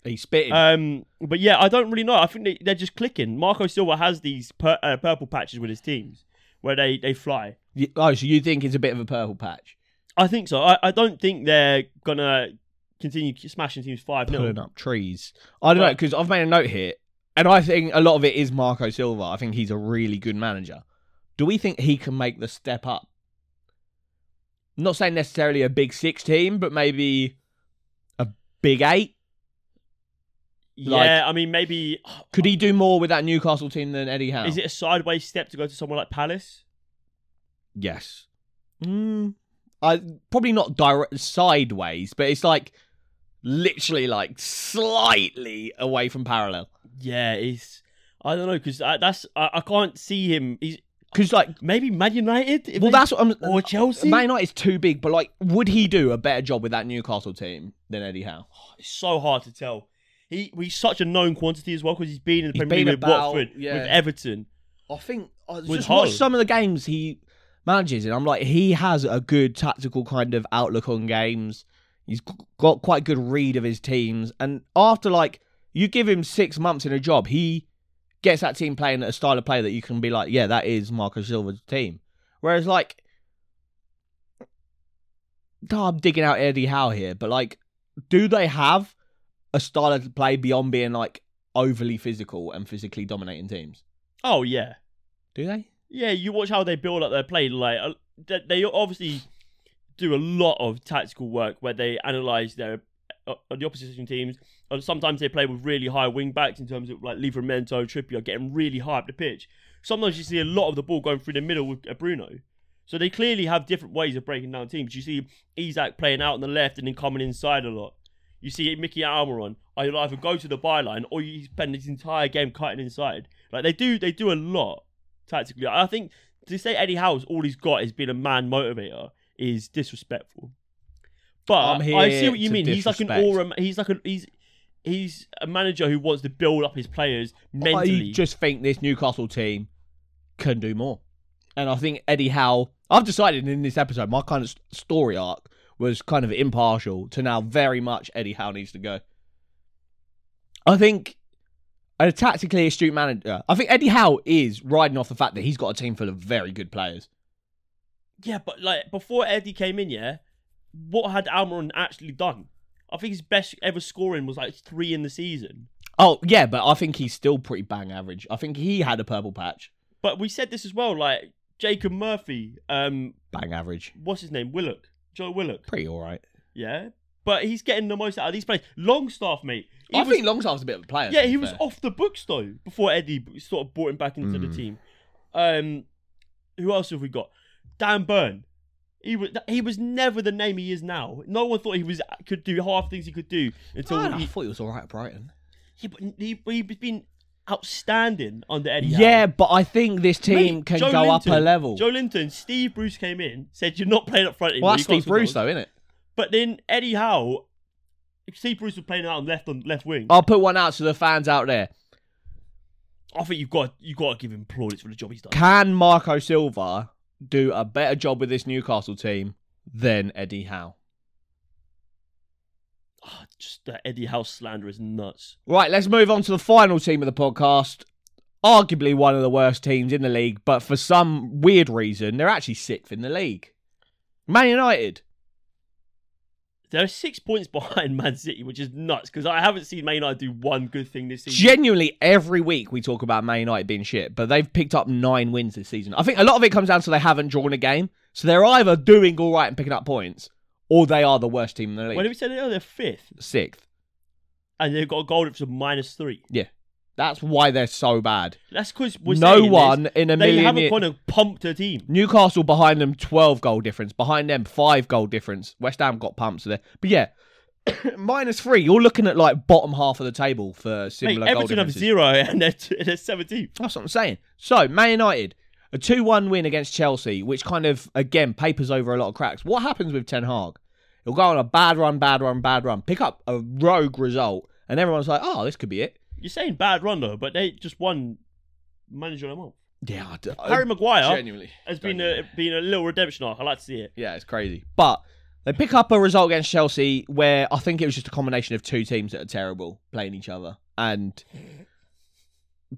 Speaker 2: He's spitting.
Speaker 1: Um, but yeah, I don't really know. I think they, they're just clicking. Marco Silva has these pur- uh, purple patches with his teams where they they fly.
Speaker 2: Y- oh, so you think it's a bit of a purple patch?
Speaker 1: I think so. I, I don't think they're gonna continue smashing teams five 0
Speaker 2: Pulling up trees. I don't know
Speaker 1: Well-
Speaker 2: because I've made a note here, and I think a lot of it is Marco Silva. I think he's a really good manager. Do we think he can make the step up? Not saying necessarily a big six team, but maybe a big eight. Like-
Speaker 1: yeah, I mean maybe
Speaker 2: Could he do more with that Newcastle team than Eddie Howe?
Speaker 1: is it a sideways step to go to someone like Palace?
Speaker 2: Yes. Mm, I probably not direct sideways, but it's like literally like slightly away from parallel.
Speaker 1: Yeah, it's I don't know because that's I, I can't see him. He's
Speaker 2: Because like,
Speaker 1: maybe Man United. if
Speaker 2: well,
Speaker 1: they-
Speaker 2: that's what I'm.
Speaker 1: or Chelsea.
Speaker 2: Man United is too big, but like, would he do a better job with that Newcastle team than Eddie Howe?
Speaker 1: It's so hard to tell. He he's such a known quantity as well because he's been in the
Speaker 2: He's
Speaker 1: Premier League
Speaker 2: been
Speaker 1: with
Speaker 2: about,
Speaker 1: Watford,
Speaker 2: yeah.
Speaker 1: with Everton.
Speaker 2: I think I
Speaker 1: With
Speaker 2: just
Speaker 1: Hull.
Speaker 2: watched some of the games he manages, and I'm like, he has a good tactical kind of outlook on games. He's g- got quite a good read of his teams, and after like you give him six months in a job, he gets that team playing a style of play that you can be like, yeah, that is Marco Silva's team. Whereas like, oh, I'm digging out Eddie Howe here, but like, do they have a style of play beyond being like overly physical and physically dominating teams?
Speaker 1: Oh yeah,
Speaker 2: Do they?
Speaker 1: yeah. You watch how they build up their play. Like uh, they, they obviously do a lot of tactical work where they analyze their uh, the opposition teams. And sometimes they play with really high wing backs in terms of like Livramento, Trippier getting really high up the pitch. Sometimes you see a lot of the ball going through the middle with uh, Bruno. So they clearly have different ways of breaking down teams. You see Isaac playing out on the left and then coming inside a lot. You see Mickey Almiron. He'll either go to the byline or you spend his entire game cutting inside. Like they do, they do a lot tactically. I think to say Eddie Howe's all he's got is being a man motivator is disrespectful. But
Speaker 2: I'm
Speaker 1: I see
Speaker 2: here
Speaker 1: what you
Speaker 2: to
Speaker 1: mean. He's like an
Speaker 2: disrespect.
Speaker 1: aura. He's like a he's he's a manager who wants to build up his players mentally.
Speaker 2: I just think this Newcastle team can do more. And I think Eddie Howe, I've decided in this episode, my kind of s- story arc was kind of impartial to now very much Eddie Howe needs to go. I think a tactically astute manager, I think Eddie Howe is riding off the fact that he's got a team full of very good players.
Speaker 1: yeah, but like before Eddie came in, yeah, what had Almiron actually done? I think his best ever scoring was like three in the season.
Speaker 2: Oh, yeah, but I think he's still pretty bang average. I think he had a purple patch.
Speaker 1: But we said this as well, like Jacob Murphy, um,
Speaker 2: Bang average.
Speaker 1: what's his name? Willock. Joe Willock.
Speaker 2: Pretty all right.
Speaker 1: Yeah. But he's getting the most out of these players. Longstaff, mate. He
Speaker 2: I
Speaker 1: was-
Speaker 2: think Longstaff's a bit of a player.
Speaker 1: Yeah,
Speaker 2: to be
Speaker 1: he was
Speaker 2: fair.
Speaker 1: off the books though before Eddie b- sort of brought him back into
Speaker 2: Mm.
Speaker 1: the team. Um, who else have we got? Dan Byrne. He was he was never the name he is now. No one thought he was uh, could do half things he could do until
Speaker 2: Ah, I
Speaker 1: he,
Speaker 2: thought he was all right at Brighton.
Speaker 1: he, but he he's been outstanding under Eddie. Howe.
Speaker 2: Yeah, but I think this
Speaker 1: Mate,
Speaker 2: team can
Speaker 1: Joe
Speaker 2: go up a
Speaker 1: Linton-
Speaker 2: level.
Speaker 1: Joe Linton, Steve Bruce came in, said you're not playing up front anymore.
Speaker 2: well, that's
Speaker 1: you can't
Speaker 2: Steve Bruce,
Speaker 1: score goals."
Speaker 2: though, isn't it?
Speaker 1: But then Eddie Howe, Steve Bruce was playing out on left on left wing.
Speaker 2: I'll put one out to the fans out there.
Speaker 1: I think you've got you've got to give him plaudits for the job he's done.
Speaker 2: Can Marco Silva do a better job with this Newcastle team than Eddie Howe?
Speaker 1: Ah, just that Eddie Howe slander is nuts.
Speaker 2: Right, let's move on to the final team of the podcast. Arguably one of the worst teams in the league, but for some weird reason, they're actually sixth in the league. Man United.
Speaker 1: They're six points *laughs* behind Man City, which is nuts because I haven't seen Man United do one good thing this season.
Speaker 2: Genuinely, every week we talk about Man United being shit, but they've picked up nine wins this season. I think a lot of it comes down to they haven't drawn a game, so they're either doing all right and picking up points, or they are the worst team in the league.
Speaker 1: when we said oh, they're fifth
Speaker 2: Sixth.
Speaker 1: and they've got a goal difference of minus three.
Speaker 2: That's why they're so bad.
Speaker 1: That's because we're
Speaker 2: no
Speaker 1: saying this,
Speaker 2: one in a
Speaker 1: they
Speaker 2: million
Speaker 1: haven't
Speaker 2: years.
Speaker 1: kind of pumped a team.
Speaker 2: Newcastle behind them, twelve goal difference. Behind them, five goal difference. West Ham got pumped there, but yeah, *coughs* minus three. You're looking at like bottom half of the table for
Speaker 1: Mate,
Speaker 2: *laughs* similar goal
Speaker 1: Everton have
Speaker 2: differences.
Speaker 1: zero and they're, t- *laughs* they're 17th.
Speaker 2: That's what I'm saying. So, Man United, a 2 1 win against Chelsea, which kind of, again, papers over a lot of cracks. What happens with Ten Hag? He'll go on a bad run, bad run, bad run, pick up a rogue result, and everyone's like, oh, this could be it.
Speaker 1: You're saying bad run though, but they just won manager of the month.
Speaker 2: Yeah, I d-
Speaker 1: Harry
Speaker 2: I
Speaker 1: Maguire
Speaker 2: genuinely.
Speaker 1: has been
Speaker 2: don't
Speaker 1: a, been a little redemption arc. I like to see it.
Speaker 2: Yeah, it's crazy. But they pick up a result against Chelsea where I think it was just a combination of two teams that are terrible playing each other. And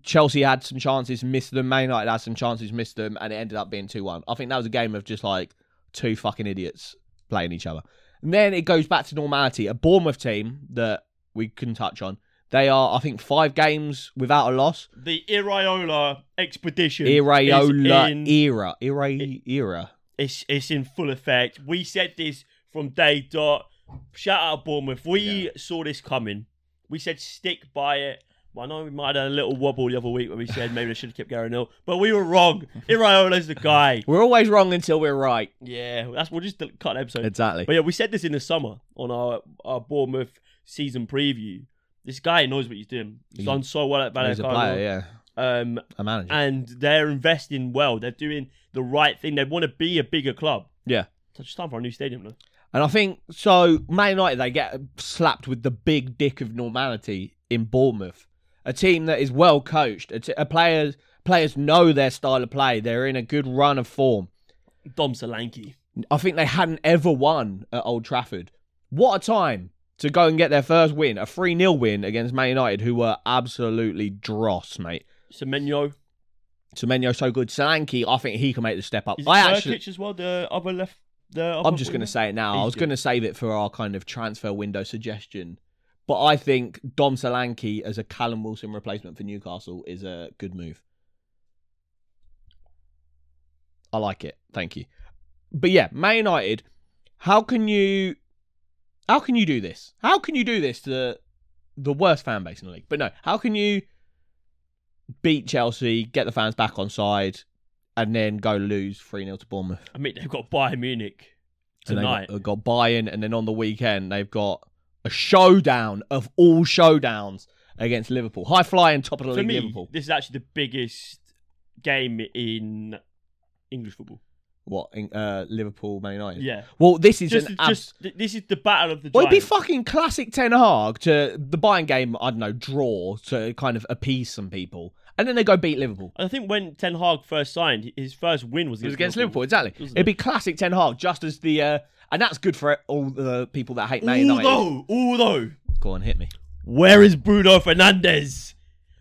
Speaker 2: Chelsea had some chances, missed them. Man United had some chances, missed them. And it ended up being 2 1. I think that was a game of just like two fucking idiots playing each other. And then it goes back to normality. A Bournemouth team that we can touch on. They are, I think, five games without a loss.
Speaker 1: The Iriola expedition. is
Speaker 2: Iriola
Speaker 1: in-
Speaker 2: era. Era. Era.
Speaker 1: It's it's in full effect. We said this from day dot. Shout out Bournemouth. We saw this coming. We said stick by it. Well, I know we might have had a little wobble the other week when we said maybe they should have kept Gary Neal, but we were
Speaker 2: *laughs*
Speaker 1: wrong. Iraola's the guy.
Speaker 2: We're always wrong until we're right.
Speaker 1: Yeah, that's we'll just cut an episode.
Speaker 2: Exactly.
Speaker 1: But yeah, we said this in the summer on our our Bournemouth season preview. This guy knows what he's doing. He's
Speaker 2: He-
Speaker 1: done so well at
Speaker 2: He's a player,
Speaker 1: Vallecano.
Speaker 2: yeah.
Speaker 1: Um,
Speaker 2: A manager.
Speaker 1: and they're investing well. They're doing the right thing. They want to be a bigger club.
Speaker 2: Yeah.
Speaker 1: So it's time for a new stadium now.
Speaker 2: And I think so. Man United they get slapped with the big dick of normality in Bournemouth, a team that is well coached. A, t- a players players know their style of play. They're in a good run of form.
Speaker 1: Dom Solanke.
Speaker 2: I think they hadn't ever won at Old Trafford. What a time to go and get their first win, a 3 0 win against Man United, who were absolutely dross, mate.
Speaker 1: Semenyo.
Speaker 2: Semenyo so good. Solanke, I think he can make the step up.
Speaker 1: Is it
Speaker 2: I
Speaker 1: Turkic
Speaker 2: actually,
Speaker 1: as well? The other left. The
Speaker 2: I'm just going to say it now. I
Speaker 1: He's
Speaker 2: was
Speaker 1: good.
Speaker 2: going to save it for our kind of transfer window suggestion. But I think Dom Solanke as a Callum Wilson replacement for Newcastle is a good move. I like it. Thank you. But yeah, Man United, how can you how can you do this? How can you do this to the, the worst fan base in the league? But no, how can you beat Chelsea, get the fans back on side, and then go lose 3 0 to Bournemouth?
Speaker 1: I mean, they've got Bayern Munich
Speaker 2: And they've
Speaker 1: tonight.
Speaker 2: got, they've got buy-in, and then on the weekend they've got a showdown of all showdowns against Liverpool. High flying, top of the
Speaker 1: For
Speaker 2: league,
Speaker 1: me,
Speaker 2: Liverpool.
Speaker 1: this is actually the biggest game in English football.
Speaker 2: What in, uh, Liverpool, Man United?
Speaker 1: Yeah.
Speaker 2: Well, this is
Speaker 1: Just,
Speaker 2: an abs-
Speaker 1: just th- this is the battle of the.
Speaker 2: Well, it'd be
Speaker 1: giants.
Speaker 2: fucking classic Ten Hag to the Bayern game. I don't know, draw to kind of appease some people, and then they go beat Liverpool.
Speaker 1: I think when Ten Hag first signed, his first win was
Speaker 2: It was
Speaker 1: against,
Speaker 2: against Liverpool, exactly.
Speaker 1: Wasn't
Speaker 2: It'd be classic Ten Hag, just as the uh, and that's good for all the people that hate Man United.
Speaker 1: Although, although,
Speaker 2: Go on, hit me.
Speaker 1: where is Bruno Fernandez?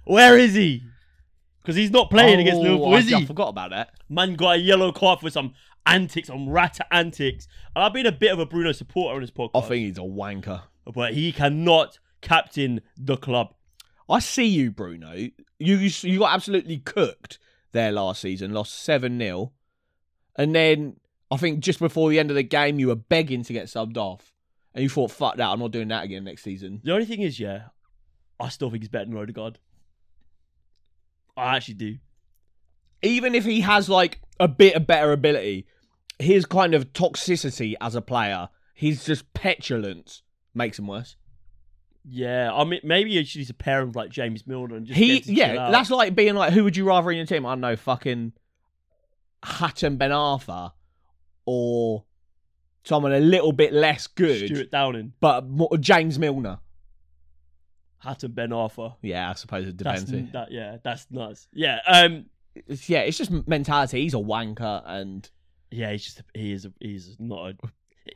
Speaker 1: Where is he? Because he's not playing against
Speaker 2: Oh,
Speaker 1: Liverpool,
Speaker 2: I,
Speaker 1: is
Speaker 2: I
Speaker 1: he?
Speaker 2: forgot about that.
Speaker 1: Man got a yellow card for some antics, some rat antics. And I've been a bit of a Bruno supporter on this podcast,
Speaker 2: I think he's a wanker.
Speaker 1: but he cannot captain the club.
Speaker 2: I see you, Bruno. You you, you got absolutely cooked there last season, lost 7 0. And then I think just before the end of the game, you were begging to get subbed off. And you thought, fuck that, I'm not doing that again next season.
Speaker 1: The only thing is, yeah, I still think he's better than Odegaard. I actually do.
Speaker 2: Even if he has like a bit of better ability, his kind of toxicity as a player, his just petulance makes him worse.
Speaker 1: Yeah, I mean, maybe you should use a pair of like James Milner and just
Speaker 2: He,
Speaker 1: get him to chill
Speaker 2: yeah,
Speaker 1: out.
Speaker 2: that's like being like, who would you rather in your team? I don't know, fucking Hatton Ben Arthur or someone a little bit less good,
Speaker 1: Stuart Downing,
Speaker 2: but more, James Milner.
Speaker 1: Hatton Ben Arthur.
Speaker 2: Yeah, I suppose it
Speaker 1: That's
Speaker 2: depends. eh?
Speaker 1: n- that, yeah, that's nuts. Yeah, um,
Speaker 2: It's- yeah, it's just mentality. He's a wanker, and
Speaker 1: yeah, he's just he is a, he's not a.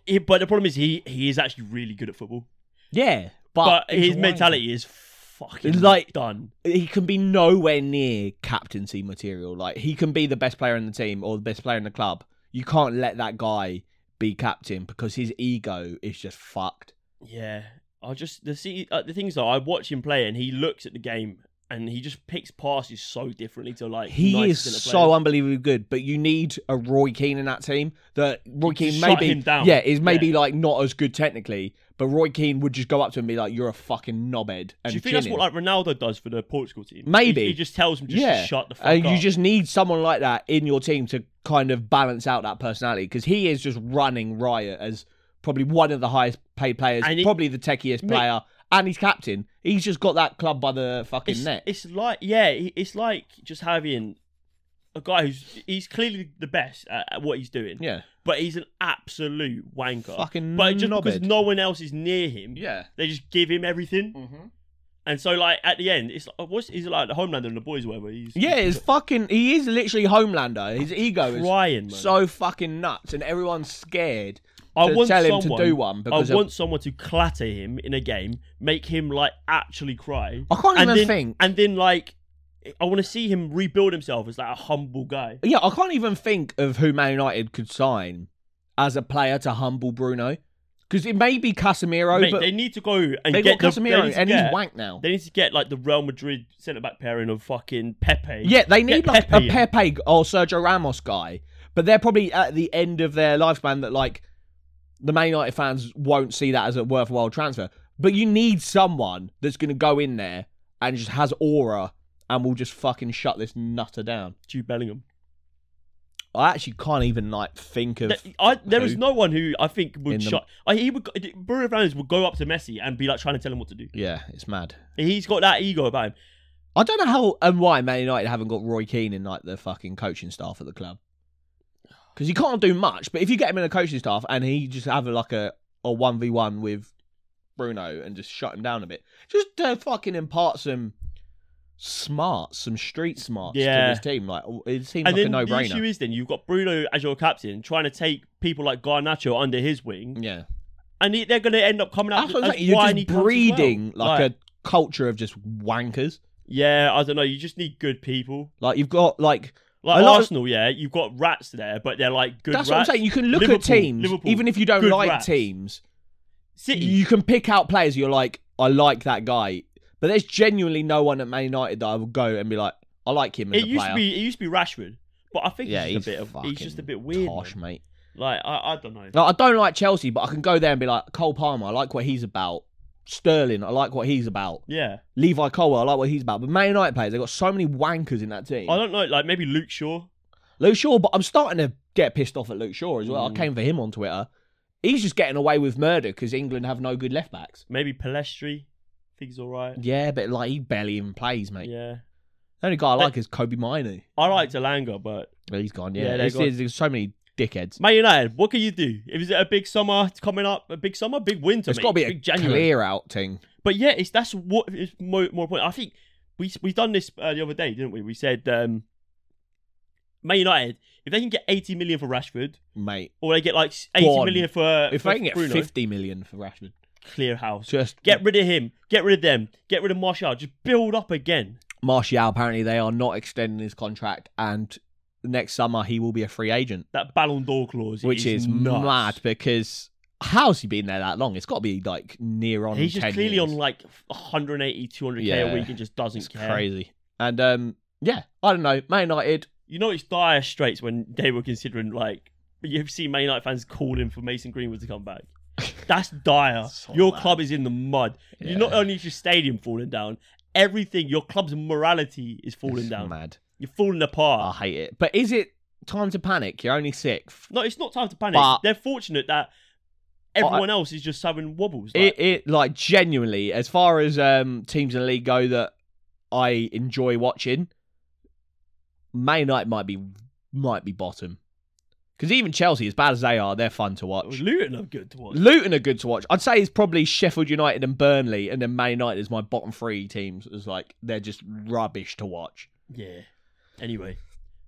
Speaker 1: he- but the problem is he he is actually really good at football,
Speaker 2: yeah, but,
Speaker 1: but,
Speaker 2: he's
Speaker 1: his
Speaker 2: a wanker.
Speaker 1: mentality is fucking
Speaker 2: It's like-
Speaker 1: done.
Speaker 2: he can be nowhere near captaincy material. Like he can be the best player in the team or the best player in the club. You can't let that guy be captain because his ego is just fucked.
Speaker 1: Yeah, I just the see uh, the things though. I watch him play and he looks at the game and he just picks passes so differently to like
Speaker 2: He
Speaker 1: 90%
Speaker 2: is
Speaker 1: of
Speaker 2: so
Speaker 1: players.
Speaker 2: unbelievably good, but you need a Roy Keane in that team. That Roy
Speaker 1: can
Speaker 2: Keane
Speaker 1: shut
Speaker 2: maybe,
Speaker 1: him down.
Speaker 2: yeah, is maybe
Speaker 1: Yeah.
Speaker 2: like not as good technically, but Roy Keane would just go up to him and be like, "You're a fucking knobhead." And
Speaker 1: Do you think
Speaker 2: chin
Speaker 1: that's
Speaker 2: him.
Speaker 1: what like Ronaldo does for the Portugal team?
Speaker 2: Maybe.
Speaker 1: he, he just tells him just to
Speaker 2: Yeah.
Speaker 1: shut the fuck
Speaker 2: and
Speaker 1: up.
Speaker 2: you just need someone like that in your team to kind of balance out that personality because he is just running riot as probably one of the highest paid players,
Speaker 1: And he-
Speaker 2: probably the techiest
Speaker 1: Mate-
Speaker 2: player, and he's captain. He's just got that club by the fucking
Speaker 1: it's,
Speaker 2: neck.
Speaker 1: It's like yeah, i- it's like just having a guy who's he's clearly the best at, at what he's doing.
Speaker 2: yeah,
Speaker 1: but he's an absolute wanker.
Speaker 2: Fucking
Speaker 1: but just because
Speaker 2: knobhead.
Speaker 1: no one else is near him,
Speaker 2: yeah.
Speaker 1: they just give him everything. And so like at the end, it's like, what's is it like the Homelander and the boys, or whatever. He's
Speaker 2: Yeah, it's fucking. He is literally Homelander. His ego is
Speaker 1: crying. Man.
Speaker 2: so fucking nuts, and everyone's scared
Speaker 1: I
Speaker 2: to
Speaker 1: want
Speaker 2: tell him
Speaker 1: someone,
Speaker 2: to do one because
Speaker 1: I
Speaker 2: of-
Speaker 1: want someone to clatter him in a game, make him like actually cry.
Speaker 2: I can't
Speaker 1: and
Speaker 2: even
Speaker 1: then,
Speaker 2: think.
Speaker 1: And then like, I want to see him rebuild himself as like a humble guy.
Speaker 2: Yeah, I can't even think of who Man United could sign as a player to humble Bruno because it may be Casemiro,
Speaker 1: Mate,
Speaker 2: but
Speaker 1: they
Speaker 2: they,
Speaker 1: need to go and
Speaker 2: got
Speaker 1: get the, they
Speaker 2: Casemiro,
Speaker 1: need to
Speaker 2: and
Speaker 1: get,
Speaker 2: he's wank now.
Speaker 1: They need to get like the Real Madrid centre back pairing of fucking Pepe.
Speaker 2: yeah, they need
Speaker 1: get
Speaker 2: like
Speaker 1: Pepe in.
Speaker 2: a Pepe g- or Sergio Ramos guy, but they're probably at the end of their lifespan that like the Man United fans won't see that as a worthwhile transfer. But you need someone that's going to go in there and just has aura and will just fucking shut this nutter down.
Speaker 1: Jude Bellingham.
Speaker 2: I actually can't even like think of.
Speaker 1: Th- I, there is
Speaker 2: who?
Speaker 1: no one who I think
Speaker 2: In
Speaker 1: would
Speaker 2: the-
Speaker 1: shut. I, he would. go- Bruno Fernandes would go up to Messi and be like trying to tell him what to do.
Speaker 2: Yeah, it's mad.
Speaker 1: He's got that ego about him.
Speaker 2: I don't know how and why Man United haven't got Roy Keane in like the fucking coaching staff at the club. Because you can't do much, but if you get him in a coaching staff and he just have like a a one v one with Bruno and just shut him down a bit, just to fucking impart some smarts, some street smarts
Speaker 1: Yeah.
Speaker 2: to his team. Like it seems
Speaker 1: And
Speaker 2: like a
Speaker 1: then
Speaker 2: no
Speaker 1: the issue
Speaker 2: brainer.
Speaker 1: is then you've got Bruno as your captain trying to take people like Garnacho under his wing,
Speaker 2: Yeah,
Speaker 1: and he, they're going to end up coming out
Speaker 2: that's what
Speaker 1: as
Speaker 2: I'm saying. You're
Speaker 1: whiny
Speaker 2: just
Speaker 1: cunts as well.
Speaker 2: breeding like, a culture of just wankers.
Speaker 1: yeah. I don't know. You just need good people.
Speaker 2: Like you've got like
Speaker 1: Like
Speaker 2: A lot of-
Speaker 1: Arsenal, yeah, you've got rats there, but they're like good
Speaker 2: that's what I'm
Speaker 1: rats.
Speaker 2: saying. You can look at
Speaker 1: Liverpool-
Speaker 2: teams,
Speaker 1: Liverpool,
Speaker 2: even if you don't
Speaker 1: good
Speaker 2: like
Speaker 1: rats.
Speaker 2: teams.
Speaker 1: City,
Speaker 2: you can pick out players you're like, I like that guy. But there's genuinely no one at Man United that I would go and be like, I like him as
Speaker 1: it
Speaker 2: a
Speaker 1: used
Speaker 2: player.
Speaker 1: to be it used to be Rashford, but I think
Speaker 2: yeah,
Speaker 1: he's,
Speaker 2: he's,
Speaker 1: just a bit of he's just a
Speaker 2: fucking
Speaker 1: bit weird.
Speaker 2: Tosh,
Speaker 1: man.
Speaker 2: mate.
Speaker 1: Like I, I don't know.
Speaker 2: Like, I don't like Chelsea, but I can go there and be like, Cole Palmer, I like what he's about. Sterling, I like what he's about.
Speaker 1: Yeah,
Speaker 2: Levi Colwell, I like what he's about. But Man United players, they've got so many wankers in that team.
Speaker 1: I don't know. Like maybe Luke Shaw.
Speaker 2: Luke Shaw, but I'm starting to get pissed off at Luke Shaw as well.
Speaker 1: Mm.
Speaker 2: I came for him on Twitter. He's just getting away with murder because England have no good left backs.
Speaker 1: Maybe Palestri. Think he's all right.
Speaker 2: Yeah, but like he barely even plays, mate.
Speaker 1: Yeah.
Speaker 2: The only guy I like is Kobe Minu.
Speaker 1: I liked Alanga, but
Speaker 2: Well, he's gone.
Speaker 1: Yeah,
Speaker 2: Yeah,
Speaker 1: they're
Speaker 2: It's-
Speaker 1: gone.
Speaker 2: there's, there's so many dickheads.
Speaker 1: Man United, what can you do? If it's a big summer coming up, a big summer, big winter.
Speaker 2: It's
Speaker 1: mate,
Speaker 2: got to be a
Speaker 1: big January.
Speaker 2: clear out thing.
Speaker 1: But yeah, it's that's what is more, more important. I think we we done this uh, the other day, didn't we? We said um, Man United if they can get 80 million for Rashford,
Speaker 2: Mate,
Speaker 1: or they get like 80 million
Speaker 2: Gone.
Speaker 1: for
Speaker 2: if
Speaker 1: for
Speaker 2: they can get
Speaker 1: Bruno,
Speaker 2: 50 million for Rashford,
Speaker 1: clear house.
Speaker 2: just
Speaker 1: Get rid of him. Get rid of them. Get rid of Martial. Just build up again.
Speaker 2: Martial. Apparently, they are not extending his contract, and next summer he will be a free agent,
Speaker 1: That Ballon d'Or clause,
Speaker 2: which is,
Speaker 1: nuts.
Speaker 2: mad because how's he been there that long? It's got to be like near on.
Speaker 1: He's just
Speaker 2: 10
Speaker 1: clearly
Speaker 2: years.
Speaker 1: on like 180, 200k
Speaker 2: Yeah.
Speaker 1: a week and just doesn't
Speaker 2: It's
Speaker 1: care.
Speaker 2: crazy. And um, yeah, I don't know. Man United,
Speaker 1: You know, it's dire straits when they were considering like you've seen Man United fans calling for Mason Greenwood to come
Speaker 2: *laughs*
Speaker 1: back. That's dire.
Speaker 2: So
Speaker 1: your
Speaker 2: bad.
Speaker 1: club is in the mud. You not uh,
Speaker 2: Yeah.
Speaker 1: only is your stadium falling down, everything. Your club's morality is falling
Speaker 2: it's
Speaker 1: down. Ah.
Speaker 2: Mad. Ah.
Speaker 1: You're falling apart.
Speaker 2: I hate it. But is it time to panic? You're only sixth.
Speaker 1: No, it's not time to panic.
Speaker 2: But-
Speaker 1: They're fortunate that everyone else is just having wobbles. Like,
Speaker 2: it, it like genuinely, as far as um teams in the league go that I enjoy watching, Man United might be might be bottom. Because even Chelsea, as bad as they are, they're fun to watch.
Speaker 1: Oh, Luton are good to watch.
Speaker 2: Luton are good to watch. I'd say it's probably Sheffield United and Burnley, and then Man United is my bottom three teams. It's like they're just rubbish to watch.
Speaker 1: yeah. Anyway,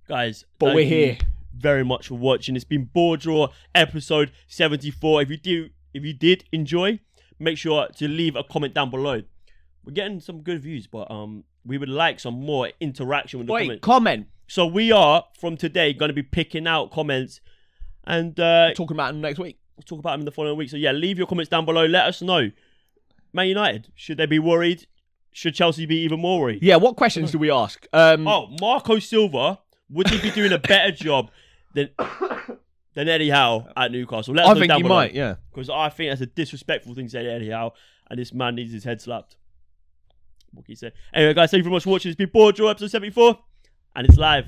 Speaker 1: guys,
Speaker 2: But
Speaker 1: thank
Speaker 2: we're
Speaker 1: you
Speaker 2: here.
Speaker 1: very much for watching. It's been Board Draw episode seventy four. If you do, if you did enjoy, make sure to leave a comment down below. We're getting some good views, but um, we would like some more interaction with the
Speaker 2: Wait,
Speaker 1: comments.
Speaker 2: comment.
Speaker 1: so we are from today going to be picking out comments and uh,
Speaker 2: Talking about them next week.
Speaker 1: we'll talk about them in the following week. So yeah, leave your comments down below. Let us know. Man United, should they be worried? Should Chelsea be even more worried?
Speaker 2: Yeah, what questions do we ask? Um,
Speaker 1: Oh, Marco Silva, would he be doing a
Speaker 2: *laughs*
Speaker 1: better job than than Eddie Howe at Newcastle? Let us
Speaker 2: I
Speaker 1: know
Speaker 2: think
Speaker 1: down
Speaker 2: you
Speaker 1: below.
Speaker 2: might. Yeah.
Speaker 1: Because I think that's a disrespectful thing to say to Eddie Howe, and this man needs his head slapped. What can you say? Anyway, guys, thank you very much for watching. It's been Board Draw episode 74, and it's live.